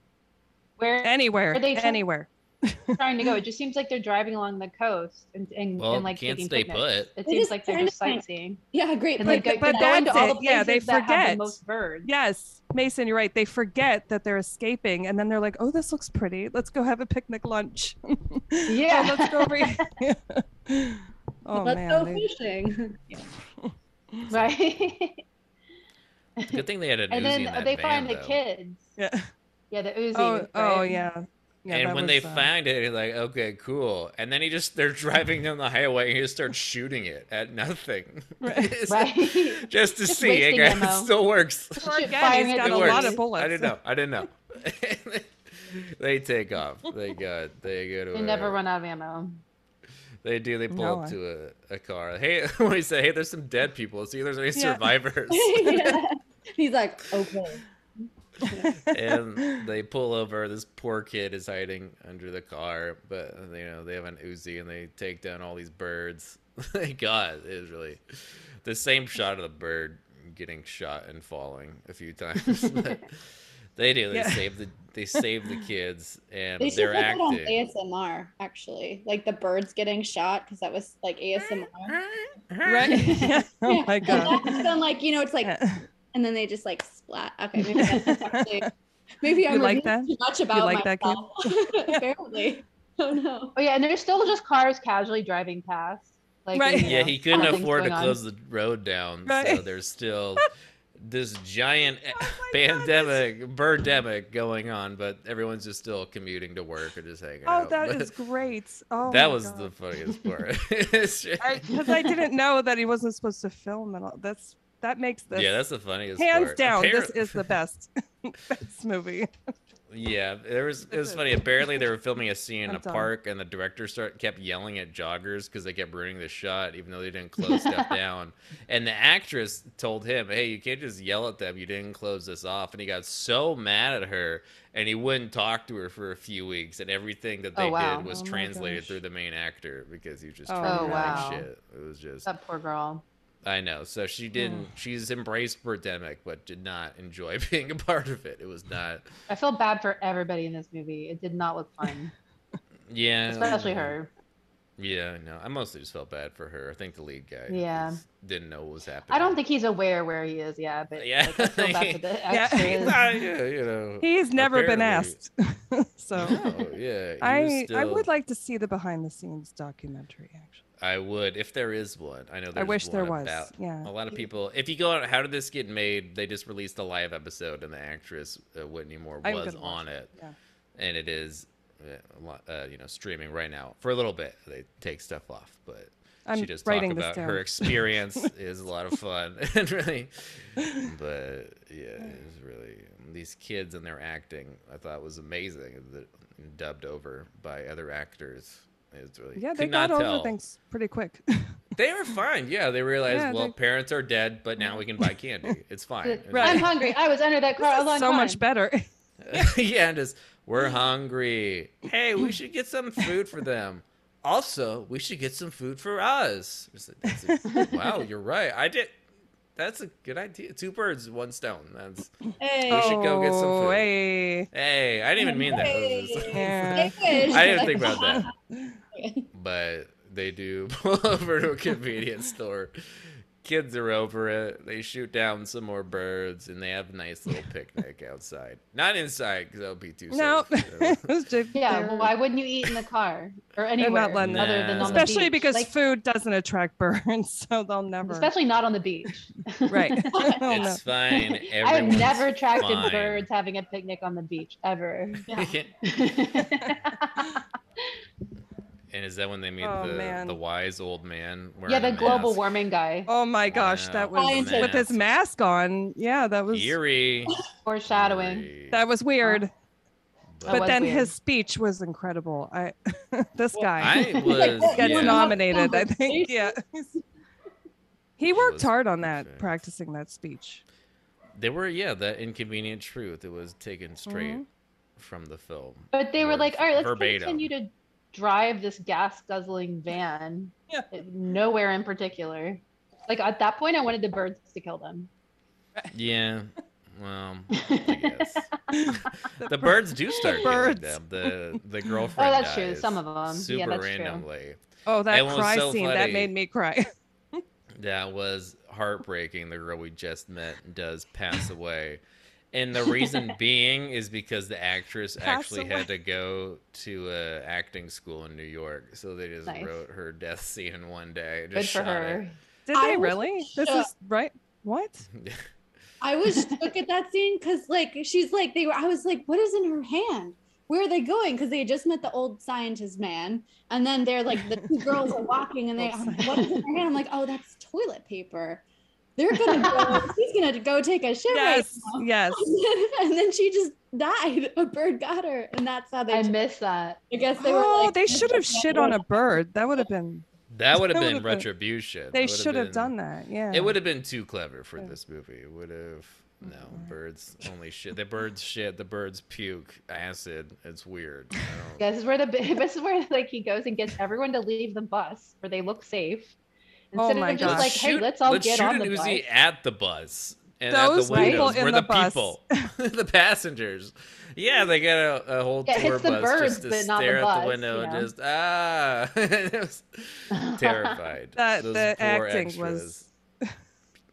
where are anywhere. Are they tr- anywhere. they trying to go? It just seems like they're driving along the coast and and, Well, and like can't taking stay picnics. It They seems just like they're kinda just sightseeing. <laughs> Yeah, great. And But- like point. go, but but going to that's all the it. places Yeah, they that have forget. the most birds. Yes. Mason, you're right. They forget that they're escaping and then they're like, Oh, this looks pretty. Let's go have a picnic lunch. <laughs> Yeah. oh, let's go over <laughs> here. oh Let's man. go they- <laughs> fishing. <laughs> <laughs> right. It's a Good thing they had an <laughs> and Uzi then in that they van, find the though. kids. Yeah. Yeah, the Uzi. Oh, oh right? yeah. yeah and that when they was, uh, find it, he's like, "Okay, cool." And then he just—they're <laughs> driving down the highway, and he just starts shooting it at nothing, <laughs> Right. It's- <laughs> Right. <laughs> Just to Just see, hey wasting guys, ammo. it still works. Just Or shit again, firing he's <laughs> at It got a the lot works. of Uzi. bullets. I didn't know. I didn't know. <laughs> they take off. They go. They go to. They a- never run out of ammo. They do. They pull No, up I- to a, a car. Hey, <laughs> when he said, "Hey, there's some dead people. Let's see if there's any Yeah. <laughs> survivors." Yeah. He's like, okay. <laughs> and they pull over. This poor kid is hiding under the car, but you know they have an Uzi and they take down all these birds. <laughs> God, it is really the same shot of the bird getting shot and falling a few times. <laughs> <laughs> but they do. They Yeah. save the they save the kids and They they should are put that on acting. ASMR actually, like the birds getting shot because that was like ASMR. <laughs> <laughs> Right. Yeah. Oh my And that god. was done, <laughs> like you know, it's <laughs> like, Yeah. and then they just like splat. Okay, maybe <laughs> that's actually, maybe I'm like like that? too much about like that, Kim? myself. <laughs> Apparently, oh no. Oh yeah, and there's still just cars casually driving past. Like Right. you Yeah, know, he couldn't nothing's afford to going on. close the road down, so Right. <laughs> Oh there's still this giant my God, pandemic, birdemic going on, but everyone's just still commuting to work or just hanging Oh, out. that But is great. Oh that my was God. the <laughs> funniest part. <laughs> It's just- because I didn't know that he wasn't supposed to film at all. That's that makes this yeah, that's the funniest. hands part. down. This Apparent- is the best, <laughs> best movie. Yeah, there was. It This was is- funny. Apparently, they were filming a scene in I'm a done. park, and the director start kept yelling at joggers because they kept ruining the shot, even though they didn't close stuff down. And the actress told him, "Hey, you can't just yell at them. You didn't close this off." And he got so mad at her, and he wouldn't talk to her for a few weeks. And everything that Oh, they wow. did was Oh my translated through gosh. the main actor because he was just Oh, treated her wow. like shit. It was just. That poor girl. I know. So she didn't. She's embraced birdemic, but did not enjoy <laughs> being a part of it. It was not. I feel bad for everybody in this movie. It did not look fun, <laughs> Yeah. especially yeah. her. Yeah, no, I mostly just felt bad for her. I think the lead guy Yeah. just didn't know what was happening. I don't think he's aware where he is. Yeah, but Yeah. yeah, like, I feel bad for the Yeah. extras. Ah, <laughs> yeah, you know. He's never been asked, <laughs> Apparently. so no, yeah. he was I I would still- like to see the behind the scenes documentary. Actually, I would if there is one. I know. There's I wish there one was. About, yeah, A lot of people. If you go out, how did this get made? They just released a live episode, and the actress uh, Whitney Moore I'm was gonna watch on it, yeah. and it is, uh, a lot- uh, you know, streaming right now for a little bit. They take stuff off, but I'm she just talked writing about this down. her <laughs> experience is a lot of fun <laughs> and really but yeah it was really these kids and their acting i thought was amazing the, dubbed over by other actors it's really yeah, they could got not over tell. things pretty quick. <laughs> they were fine yeah they realized Yeah, well they- parents are dead but now we can <laughs> buy candy it's fine It's I'm Right. hungry. I was under that car a so long time. much <laughs> better. like- yeah and just we're hungry hey we should get some food for them also we should get some food for us It's like, that's a- wow, you're right. I did. That's a good idea. Two birds, one stone. That's. Hey, We should go get some Oh, food. Hey. Hey, I didn't even mean that. That was just- Yeah. <laughs> I <laughs> didn't think about that. <laughs> But they do pull over to a convenience store, kids are over it. They shoot down some more birds, and they have a nice little picnic outside. Not inside, because that would be too No, <laughs> safe. it was just Yeah, there. why wouldn't you eat in the car <laughs> or anywhere other letting- than Nah. on especially the beach? because Like, food doesn't attract birds, <laughs> so they'll never. especially not on the beach. <laughs> <laughs> right. I don't know. It's fine. Oh, I have Everyone's never attracted fine. birds having a picnic on the beach <laughs> ever. <laughs> and is that when they meet Oh, the, man. the wise old man? Wearing yeah, a the global mask? warming guy Oh my gosh, that Wow, was I with his mask. mask on. Yeah, that was Eerie. foreshadowing. Eerie. that was weird. That but was then weird. his speech was incredible. I <laughs> this <laughs> <laughs> guy I Like, was what gets Yeah. nominated, I think. Yeah. <laughs> He worked was hard on that perfect. practicing that speech. They were, yeah, that inconvenient truth. It was taken straight Mm-hmm. from the film. But they were Word like, all right, let's verbatim. continue to drive this gas guzzling van Yeah. nowhere in particular. Like at that point, I wanted the birds to kill them. Yeah. Well, <laughs> I guess. the birds do start birds. killing them. The the girlfriend. Oh, that's true. dies Some of 'em. Yeah, Super that's true. randomly. Oh, that It was cry so scene that funny. made me cry. <laughs> That was heartbreaking. The girl we just met does pass away. And the <laughs> reason being is because the actress Pass actually away. had to go to a acting school in New York, so they just Nice. wrote her death scene in one day. Good Just for shot it. her. Did I they was really? This shook. is right. What? <laughs> I was shook at that scene because like she's like they were I was like, what is in her hand? Where are they going? Because they had just met the old scientist man, and then they're like the two girls are walking, and they "Um, what is in her hand? I'm like, oh, that's toilet paper. They're <laughs> gonna go. She's gonna go take a shit. right <laughs> Yes. Yes. now." and then she just died. A bird got her, and that's how they. I I, miss that. guess they were. Oh, like, they should have shit on a bird. That would have been <laughs> That would have That been would've been- retribution. they should have done that. Yeah. It would have been too clever for Yeah. Oh this movie. It would have no birds only shit. The birds shit. The birds puke acid. It's weird. <laughs> I don't- This is where the <laughs> this is where like he goes and gets everyone to leave the bus where they look safe. Oh Instead my of just gosh. like, hey, let's all let's get shoot on an the bus. Uzi at the bus. And Those at the windows, people in we're the, the bus. people, <laughs> the passengers. Yeah, they got a, a whole Yeah, it tour hits the bus birds, just to but not the stare at bus, the window you and know? just ah. <laughs> it <laughs> was terrified. <laughs> that Those the poor acting extras. was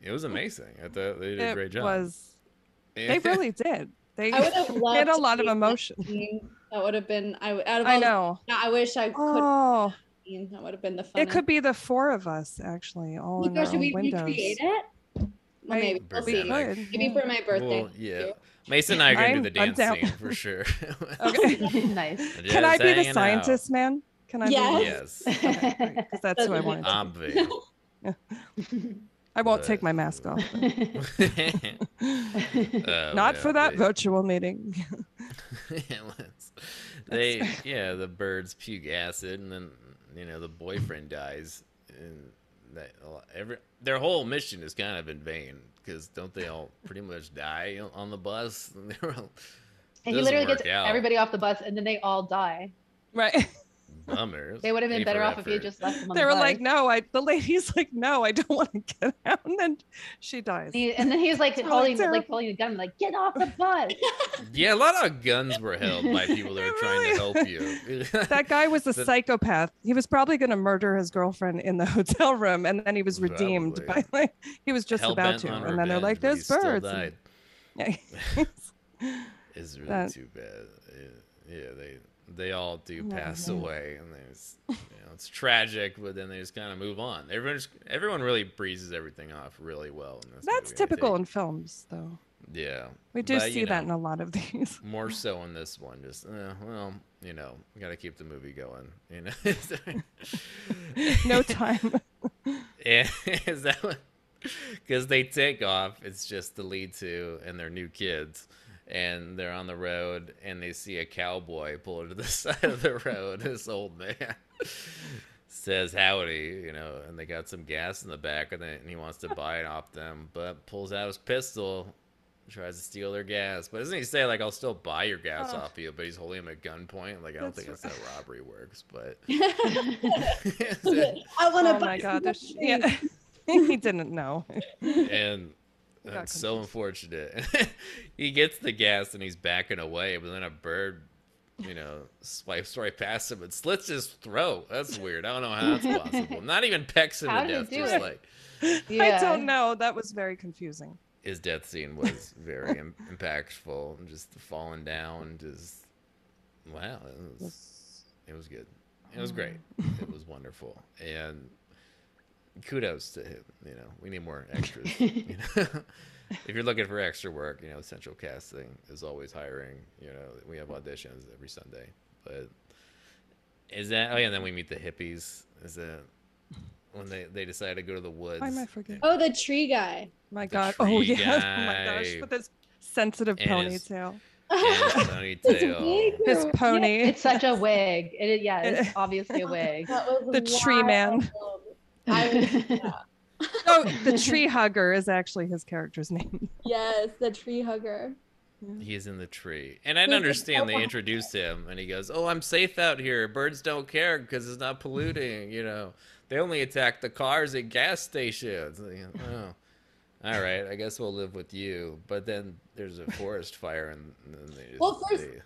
It was amazing. I thought they did a it great job. was <laughs> they really did. They <laughs> I would have loved. had a to lot of see that emotion. scene. That would have been. I would- out of all I the- know. I wish I could. Oh, scene. That would have been the fun. it could be the four of us actually, all in our should own Oh we windows. recreate it? Well, I- maybe we'll Bring see. it back. Good. Maybe for my birthday. <laughs> Well, <laughs> yeah. Mason and I are gonna do I'm- the I'm dance down. scene for sure. <laughs> Okay. <laughs> nice. <laughs> Can I Just be the hanging out. scientist, man? Can I? <laughs> Yes. be <laughs> Yes. Because that's who I wanted. to. Obvi. I won't take my mask <laughs> off. <laughs> <laughs> Oh, Not yeah, for that they- virtual meeting. <laughs> <laughs> it was- they yeah the birds puke acid and then you know the boyfriend dies and that a lo- every their whole mission is kind of in vain because don't they all pretty much die on- on the bus <laughs> and they're all And he Doesn't literally work gets out. everybody off the bus, and then they all die. Right. bummers They would have been Pay better for off if you effort. just left them on They the were bus. like, no, I the lady's <laughs> like, no, I don't want to get out. And then she dies. And he- and then he <laughs> was like It's really holding, like terrible. holding a gun, like <laughs> get off the bus. yeah a lot of guns were held by people <laughs> that It were trying to really- help you <laughs> That guy was a The- psychopath. He was probably going to murder his girlfriend in the <laughs> hotel room, and then he was redeemed Probably. by like he was just about Hell-bent to, on and then they're revenge, like, but he "There's still birds." died. and- Yeah. It's really That- too bad. Yeah, yeah, they they all do Yeah, pass man. away, and <laughs> there's you know, it's tragic, but then they just kind of move on. Everyone just, everyone really breezes everything off really well. In this That's movie, I typical think. in films, though. Yeah, We do But, you see that know. in a lot <laughs> of these. more so in this one. Just eh, well, you know, we gotta keep the movie going. You <laughs> know, <laughs> No <laughs> time. Yeah, <laughs> is that what? Because they take off. It's just the lead two and their new kids, and they're on the road and they see a cowboy pull to the <laughs> side of the road. This old man <laughs> says howdy, you know, and they got some gas in the back, and, they, and he wants to buy it off them, but pulls out his pistol. Tries to steal their gas, but doesn't he say like I'll still buy your gas Oh. off you? But he's holding him at gunpoint. Like I don't That's think that's right. how robbery works. <laughs> But <laughs> I want to Oh my buy. god! there's- Yeah, <laughs> he didn't know. and got that's <laughs> so unfortunate. he gets the gas and he's backing away, but then a bird you know, swipes right past him and slits his throat. That's weird. I don't know how that's possible. <laughs> Not even pecks him How to did he death. do Just it? like I Yeah. don't know. That was very confusing. his death scene <laughs> was very Im- impactful. and Just falling down, just wow, it was, it was good. It was <laughs> great. It was wonderful, and kudos to him. You know, we need more extras. <laughs> you know? <laughs> if you're looking for extra work, you know, Central Casting is always hiring. You know, we have auditions every Sunday. But is that? Oh yeah, and then we meet the hippies. Is that when they they decide to go to the woods? Why am I forgetting? Oh, the tree guy. my the god. Oh tree yeah. <laughs> Oh my guy. gosh. With this sensitive And his- ponytail. <laughs> and <laughs> <laughs> This ponytail. wig This girl. pony. It's such a wig. It, yeah, <laughs> it's It- obviously a wig. That was The tree man. wild. <laughs> I was- No, Oh, the tree hugger is actually his character's <laughs> name. yes, the tree hugger. He's in the tree, and I He's a understand they snowball. introduced him, and he goes, "Oh, I'm safe out here. Birds don't care because it's not polluting. You know, they only attack the cars at gas stations." And you go, oh, all right, I guess we'll live with you. But then there's a forest fire, and, and then they just, Well, first- they-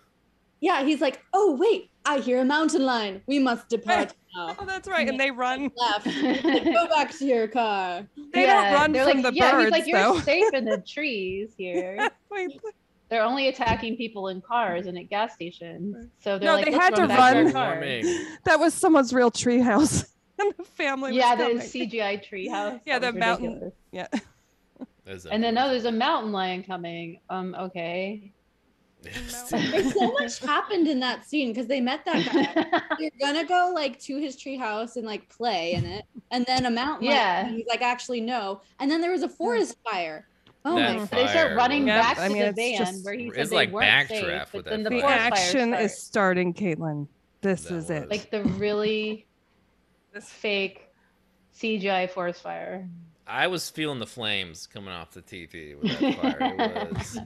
Yeah, he's like, oh wait, I hear a mountain lion. We must <laughs> depart now. Oh, that's right. And they run. <laughs> Left. He's like, Go back to your car. They Yeah, don't run they're from the like, yeah, birds he's like, You're though. safe <laughs> in the trees here. Wait, They're only attacking people in cars and at gas stations. So they're No, like, they "Let's had to back our run. car." Warming. that was someone's real tree house. <laughs> and the family was Yeah, the coming. CGI treehouse. Yeah, that the was mountain- ridiculous. yeah. That's And then oh, unfortunate. there's a mountain lion coming. Um, <laughs> okay. <laughs> <laughs> There's so much happened in that scene because they met that guy. You're gonna go like to his tree house and like play in it, and then a mountain. lion, Yeah. and He's like, actually no. And then there was a forest fire. Oh That my. fire they start running Yeah, back I to mean, the it's van just- where he It's said they like weren't backdraft safe, with but that then the The fire. forest fire action starts. is starting, Caitlin. This That is it. was. like the really This- fake CGI forest fire. I was feeling the flames coming off the TV with that fire. It <laughs> was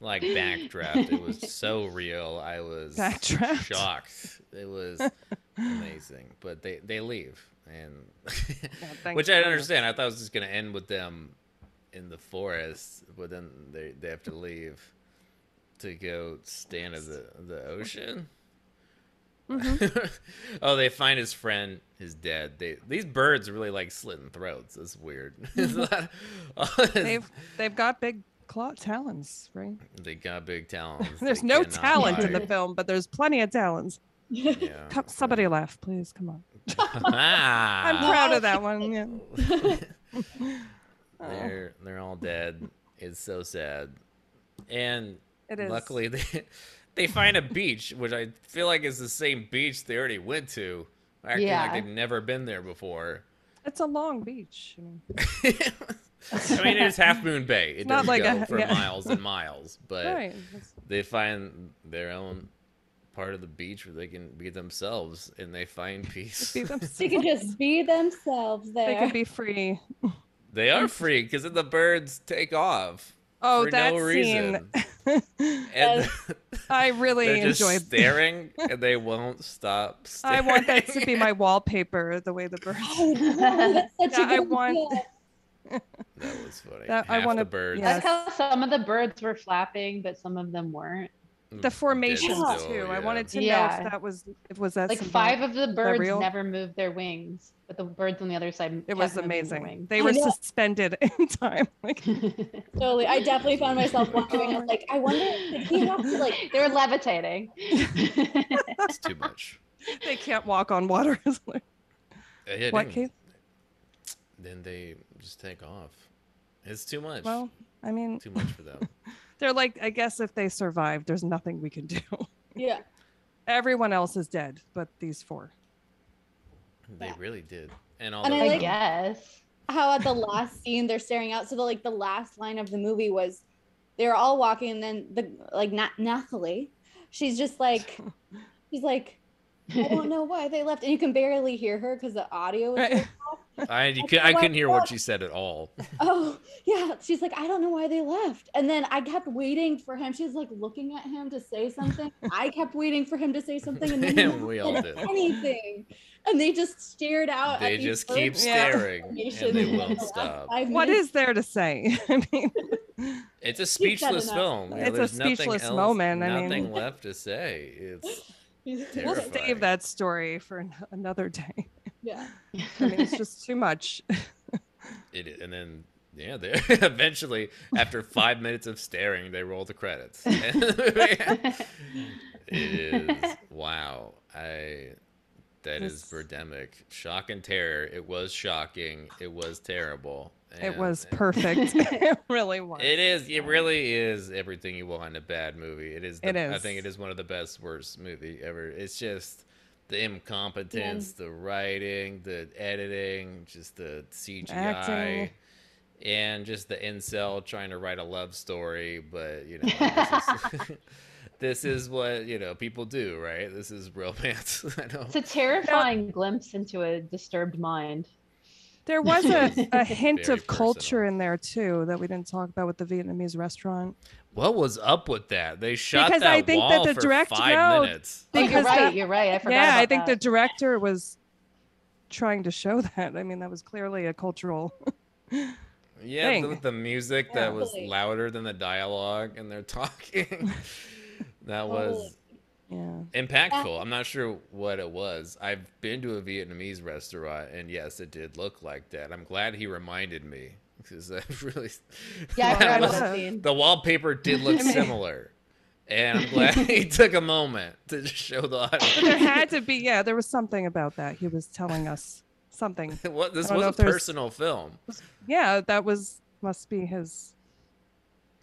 like backdraft. It was so real. I was Backdraft. shocked. It was amazing. But they they leave, and <laughs> Yeah, thank which I goodness. understand. I thought it was just gonna end with them in the forest, but then they they have to leave to go stand in the the ocean. Mm-hmm. <laughs> oh, they find his friend is dead. They these birds really like slitting throats. That's weird. <laughs> <laughs> It's not- They've they've got big claw talons, right? they got big talents. <laughs> There's They no cannot talent in the hide. film, but there's plenty of talents. <laughs> Yeah. Come, somebody laugh, please. Come on. I'm Oh, Ah. proud of that <laughs> one. Yeah. they're they're all dead. It's so sad. And It is. luckily <laughs> they they find a beach, which I feel like is the same beach they already went to. Acting Yeah. like they've never been there before. It's a long beach. I mean, <laughs> I mean, it's Half Moon Bay. It not doesn't like go a- for yeah. miles and <laughs> miles, but right. it's- they find their own part of the beach where they can be themselves and they <laughs> find peace. be them- <laughs> They can just be themselves They there. can be free. They are free because the birds take off. Oh, for that no <laughs> scene. <laughs> reason. And I really they're just enjoyed. <laughs> staring and they won't stop staring. <laughs> I want that to be my wallpaper. The way the birds. <laughs> Oh, that's such Yeah, a I good want- idea. That was funny. That- I Half wanna- the birds. yeah. That's how some of the birds were flapping, but some of them weren't. the formation Digital, too. I yeah. wanted to know Yeah. if that was if was that like symbolic. five of the birds real? never moved their wings, but the birds on the other side. It kept was moving their amazing. wings. <laughs> They I were know. suspended <laughs> in time. Like <laughs> Totally. I definitely found myself wondering. I was like, I wonder if he has to like <laughs> they were levitating. It's too <laughs> much. they can't walk on water. <laughs> It's like, Uh, yeah, what, dang. Keith? Then they just take off. It's too much. Well, I mean, too much for them. they're like, I guess if they survive, there's nothing we can do. <laughs> Yeah. Everyone else is dead, but these four. They really did. And all And the I <laughs> I like- guess. How at the last scene they're staring out. So the like the last line of the movie was they were all walking and then the like Na- Nathalie, she's just <laughs> like she's like, <laughs> I <laughs> don't know why they left. And you can barely hear her because the audio was Right. I, you could, I couldn't hear what she said at all. <laughs> oh yeah she's like i don't know why they left and then i kept waiting for him she was like looking at him to say something <laughs> i kept waiting for him to say something and then he never We all said did. anything and they just stared out They at these just birds keep <laughs> birds- Yeah. staring formations and they <laughs> for the won't last stop. <laughs> five What <laughs> minutes. is there to say? <laughs> I mean, It's a You've said speechless enough. film. you know, It's a there's nothing speechless else- moment, I mean. Nothing left to say. It's We'll Terrifying. save that story for an- another day. Yeah. I mean, it's just too much. <laughs> It is, and then yeah, they <laughs> eventually after five minutes of staring, they roll the credits. <laughs> it is wow. I that is It's- verdemic. Shock and terror. It was shocking. It was terrible. it and- was and- <laughs> perfect. <laughs> it really was. It is. It really is everything you want in a bad movie. It is. The, It I think is. it is one of the best worst movie ever. It's just the incompetence, the writing, the editing, just the CGI, Acting. and just the incel trying to write a love story. But <laughs> you know, this is, <laughs> this is what you know people do, right? This is romance. <laughs> I know. It's a terrifying glimpse into a disturbed mind. There <laughs> was a, a hint Very of culture personal. in there too that we didn't talk about with the Vietnamese restaurant. Oh, What was up with that? They shot Because that I think that wall the for direct- five no, minutes. Oh, you're Because right. the- You're right. I forgot. yeah, I about think the that. director was trying to show <laughs> that. I mean, that was clearly a cultural. <laughs> Yeah, th- thing. with the music Yeah. that was Totally. louder than the dialogue and they're <laughs> <laughs> talking. that was Yeah. impactful. I'm not sure what it was. I've been to a Vietnamese restaurant and yes, it did look like that. I'm glad he reminded me because I <laughs> really Yeah, I <laughs> that forgot about was- that <laughs> scene. the wallpaper did <laughs> look similar. And I'm glad <laughs> he took a moment to just show the But there audience. <laughs> had to be, yeah, there was something about that. He was telling us something. what this I don't was know a if there's- personal film. Yeah, that was, must be his.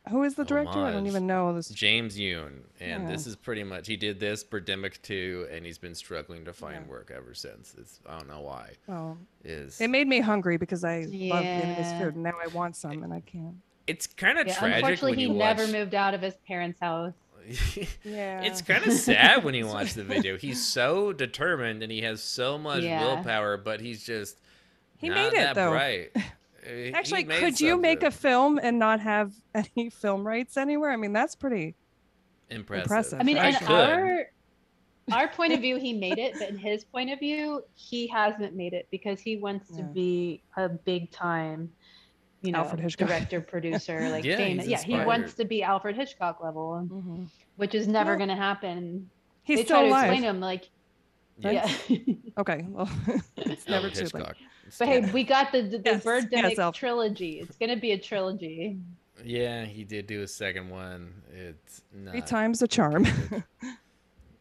Who is the director? I don't Homage. even know. This James Yoon, and Yeah. this is pretty much he did this Birdemic two, and he's been struggling to find Yeah. work ever since. It's I don't know why. well, Is Oh, it made me hungry because I love Vietnamese Yeah. food and now I want some and I can't. it's kind of Yeah, tragic unfortunately, when he you never watch. moved out of his parents' house. <laughs> Yeah. it's kind of sad <laughs> when you watch the video. He's so determined and he has so much Yeah. willpower, but he's just He not made it, that though. <laughs> bright. Uh, he- he Actually, made could you make a something film and not have <laughs> any film rights anywhere? I mean, that's pretty. impressive? impressive. I mean, I in could. our <laughs> our point of view, he made it, but in his point of view, he hasn't made it because he wants to Yeah. be a big time, you know, Alfred Hitchcock. <laughs> director, producer, like Yeah, famous. he's Yeah, he wants to be Alfred Hitchcock level, which is Mm-hmm. never Well, going to happen. He's Mm-hmm. they still try to alive. explain to him, like, yeah. <laughs> That's- Okay, well, <laughs> it's never Alfred too late. Hitchcock. but hey, we got the the, the Yes, Birdemic yes, Alfred. trilogy. It's going to be a trilogy. yeah, he did do a second one. It's not Three times a charm. <laughs>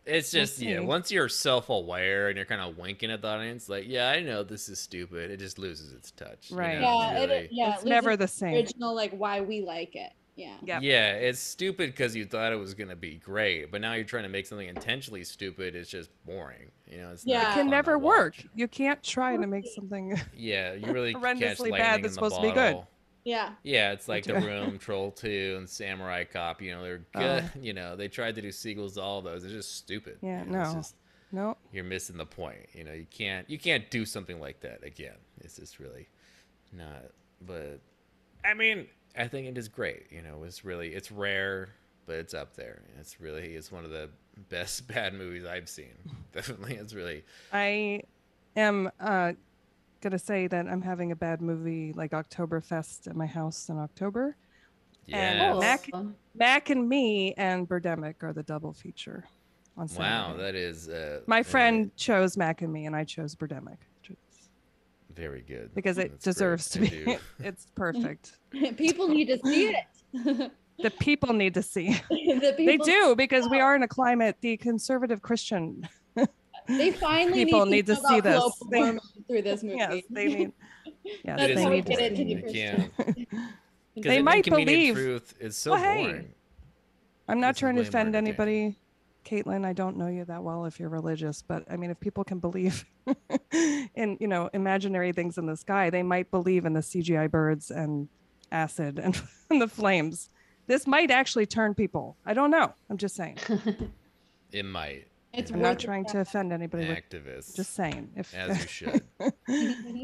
It's We'll just yeah. see. Once you're self-aware and you're kind of winking at the audience, like, yeah, I know this is stupid. It just loses its touch. you Right. know, Yeah. really. It, yeah. it's loses never the the same. original like why we like it. Yeah. <laughs> Yeah. Yep. Yeah, it's stupid because you thought it was gonna be great, but now you're trying to make something intentionally stupid. It's just boring. You know, it's not Yeah. It Can fun to never work. watch. You can't try to make something. <laughs> Yeah, you really catch Horrendously lightning bad in the that's supposed to be good. bottle. <laughs> Yeah. Yeah, it's like The do. <laughs> Room, Troll Two, and Samurai Cop. You know, they're good. Oh. You know, they tried to do sequels to all those. It's just stupid. Yeah, you know, it's no. just- No, you're missing the point. You know, you can't you can't do something like that again. It's just really not. But I mean, I think it is great. You know, it's really it's rare, but it's up there. And it's really it's one of the best <laughs> bad movies I've seen. <laughs> Definitely, it's really I am uh, gonna say that I'm having a bad movie like Oktoberfest at my house in October. yeah. And Mac, Cool. Mac and me and Birdemic are the double feature on Saturday. wow, that is uh, my really friend chose Mac and me, and I chose <laughs> Birdemic very good because it That's great. deserves I <laughs> to do. be. it's perfect. People need to see it. <laughs> The people need to see. it. the people, They do because we are in a climate. The conservative Christian. They finally People need to, need to know see about this. global They- warming through this movie. Yes, they need. Yes, That's It is they how we need to get it see to be it. important. Christian. You can't- 'cause <laughs> They it- might Inconvenient believe- truth is so Well, hey, boring. I'm not This is trying to way more offend entertaining. anybody. Caitlin, I don't know you that well if you're religious, but I mean, if people can believe <laughs> in, you know, imaginary things in the sky, they might believe in the CGI birds and acid and, <laughs> and the flames. This might actually turn people. I don't know. I'm just saying. It might <laughs> It's I'm worth not it. trying to offend anybody. With, activists just saying. If, as <laughs> you should.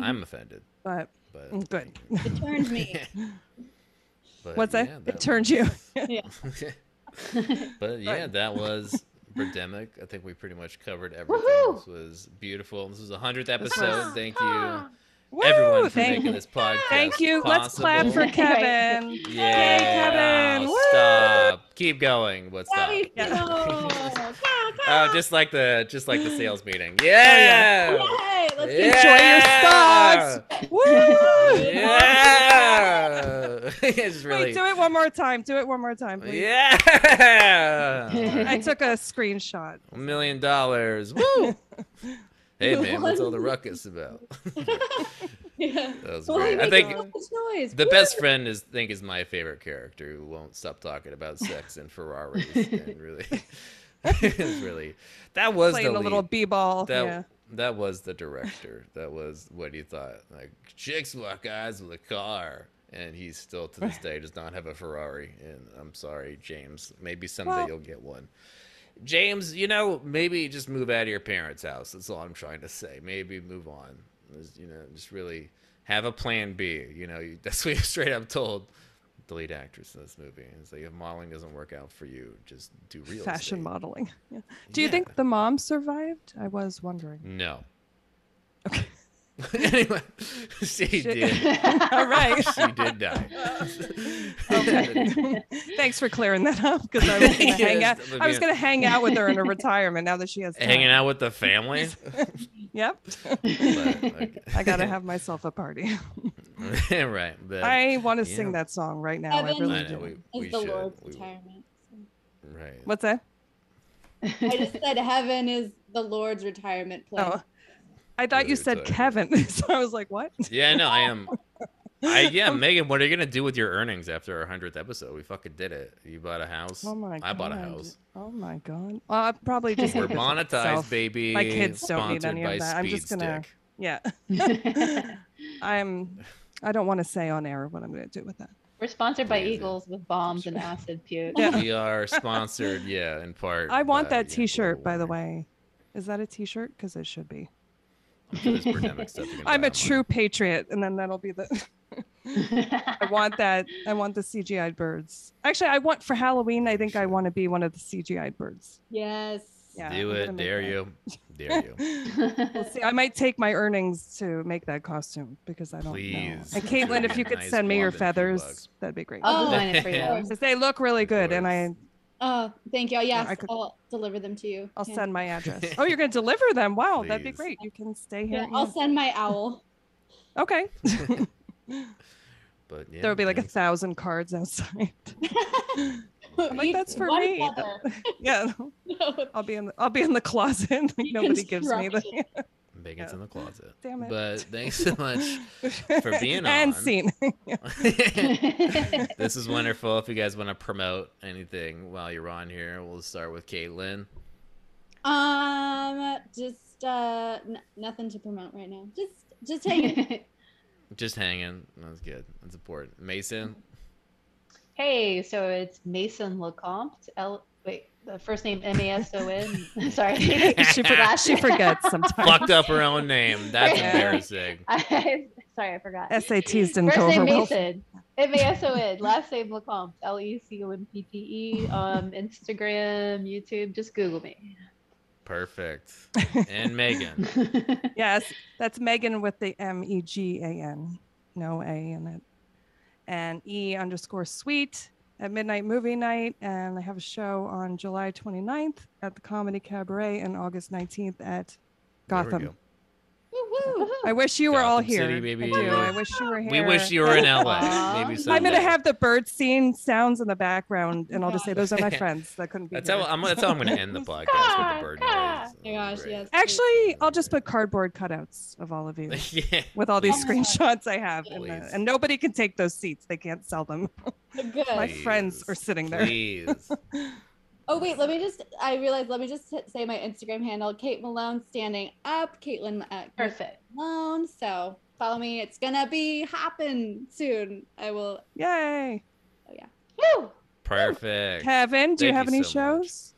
I'm offended, but but mm, good. <laughs> It turned me. <laughs> But What's that? yeah, <laughs> it turned you. <laughs> was- but yeah, that <laughs> was Birdemic. I think we pretty much covered everything. Woohoo! This was beautiful. This was the hundredth episode. Thank you, Woo! everyone, for thank, making this podcast. thank you. Let's clap <laughs> for possible. Kevin. Yeah, Yay, Kevin. wow, Woo! Stop. Keep going, but stop. <laughs> Daddy, Yeah. no. Oh, just like the just like the sales meeting. Yay! Yeah. Let's Yeah. get Woo! <laughs> Yeah. it's really. <laughs> Wait, do it one more time. Do it one more time, please. yeah. <laughs> I took a screenshot. A million dollars. <laughs> Woo. Hey man, what's all the ruckus about? <laughs> Yeah. That was Why great. I make think all this noise? The best friend is think is my favorite character who won't stop talking about sex and Ferraris and really <laughs> it's really that was Playing the a little lead. b ball. that Oh, Yeah. that was the director. That was what he thought. Like chicks lock eyes with a car. And he still to this day does not have a Ferrari. And I'm sorry, James. Maybe someday Well- you'll get one. James, you know, maybe just move out of your parents' house. That's all I'm trying to say. Maybe move on. Just, you know, just really have a plan B. You know, <laughs> you, that's what you're straight up told. The lead actress in this movie. It's like if modeling doesn't work out for you, just do real Fashion estate. modeling. Yeah. Do you Yeah. think the mom survived? I <laughs> was wondering. No. Okay. <laughs> anyway, she did. <laughs> All right. <laughs> She did die. Thanks for clearing that up because I was going <laughs> to Yes, hang out. that would I be was a- going to hang out <laughs> with her in her retirement now that she has <laughs> time. Hanging out with the family. Yep. But, <laughs> like- <laughs> I got to have myself a party. right. but- I want to Yeah. sing that song right now. I Evan- really I know, do. we, we It's the should. Lord's we- retirement. right. What's that? I <laughs> just said heaven is the Lord's retirement place. Oh. I thought you Really said tired. Kevin. <laughs> so I was like, what? Yeah, no, I <laughs> am. I yeah, Megan. What are you gonna do with your earnings after our hundredth episode? We fucking did it. You bought a house. Oh my I bought a God. house. Oh my god. Well, I probably just We're <laughs> keep it to myself. monetized, baby. My kids don't need Sponsored any by of that. I'm just Speed gonna Stick. Yeah. I'm I don't want to say on air what I'm gonna do with that. We're sponsored by Amazing. Eagles with bombs and acid puke. <laughs> Yeah. We are sponsored, yeah, in part. I want by, that Uh, yeah, t shirt, global by the warming. way. Is that a t shirt? Because it should be. For this pandemic stuff, you can I'm buy online. a true patriot, and then that'll be the <laughs> I want that. I want the CGI birds. Actually, I want for Halloween. I think I want to be one of the <laughs> CGI birds. Yes. Yeah. Do I'm gonna it. make Dare that. you. Dare you. We'll see. I might take my earnings to make that costume because I don't Please, know. And do Caitlin, it. if you <laughs> could Nice send me your blonde and few bucks. feathers, that'd be great. Oh. I'll design it for Yeah. you. 'Cause they look really good, and I Oh, thank you. Yes, I could- I'll deliver them to you. I'll Yeah. send my address. Oh, you're gonna deliver them? Wow, that'd be Please. great. You can stay here. Yeah, and- I'll send my <laughs> owl. <laughs> Okay. <laughs> But yeah, There'll be like a thanks. thousand cards outside. <laughs> I'm like, "That's for me." <laughs> yeah, I'll be in. The, I'll be in the closet. <laughs> Like, nobody gives me the. Megan's yeah. in the closet. <laughs> Damn it. But thanks <laughs> so much. For being and on. <laughs> seen. this is wonderful. If you guys want to promote anything while you're on here, we'll start with Caitlin. Um, just uh, n- nothing to promote right now. Just, just <laughs> hang it. Just hanging. That's good. That's important. Mason. <laughs> hey, so it's Mason LeCompte. L wait, the first name M A S O N. <laughs> <laughs> Sorry, <laughs> she, for- she forgets sometimes. Fucked up her own name. That's Yeah. embarrassing. <laughs> I, sorry, I forgot. SATs didn't First go name over well. Mason, M A S O N. Last name LeCompte, L E C O M P T E. Um, Instagram, YouTube, just Google me. Perfect. And Megan. Yes, that's Megan with the M E G A N, no A in it, and E underscore sweet at midnight movie night. And I have a show on July 29th at the Comedy Cabaret and August 19th at There we Gotham. go. <laughs> I wish you were all Gotham here. City, baby. I do. I wish you were here. We wish you were <laughs> in LA. Aw. Maybe someday. I'm gonna have the bird scene sounds in the background, and I'll just say those are my friends that couldn't be. That's here. how I'm. That's how I'm gonna end <laughs> the podcast with the bird noise. Oh my gosh, yes. Actually, I'll just put cardboard cutouts of all <laughs> of you yeah. with all these Oh my God. screenshots I have, and, the- Please. and nobody can take those seats. They can't sell them. Good. My friends are Please. sitting there. Please. Oh wait, let me just. I realized. Let me just hit- say my Instagram handle: Kate Malone standing up. Caitlin uh, Perfect. Malone. So follow me. It's gonna be hopping soon. I will. Yay, Oh yeah. Woo! Perfect. Kevin. Do you Thank have you any so much. shows?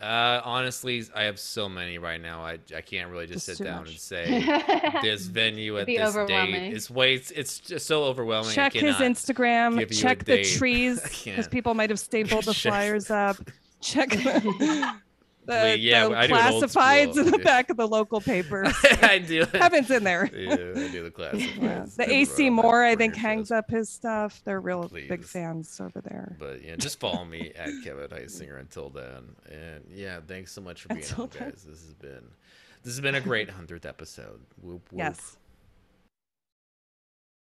Uh, honestly, I have so many right now. I I can't really just, sit Just too down much. and say <laughs> this venue at be this date. overwhelming. It's way. It's, it's just so overwhelming. Check Oh, I his cannot. Instagram. give you a Check the date. <laughs> trees I because can't. <laughs> people might have stapled the Check- flyers up. Check. the, Wait, yeah, the I do it old classifieds school, in <laughs> the yeah. back of the local papers. <laughs> I do. Heaven's <laughs> in there. Yeah, I do the classic. Yeah. The AC Moore, I think, hangs up his stuff. They're real big Please. fans over there. But yeah, just follow me at Kevin Heisinger until then. And yeah, thanks so much for being Until on, then. guys. This has been this has been a great hundredth episode. Whoop, whoop. Yes.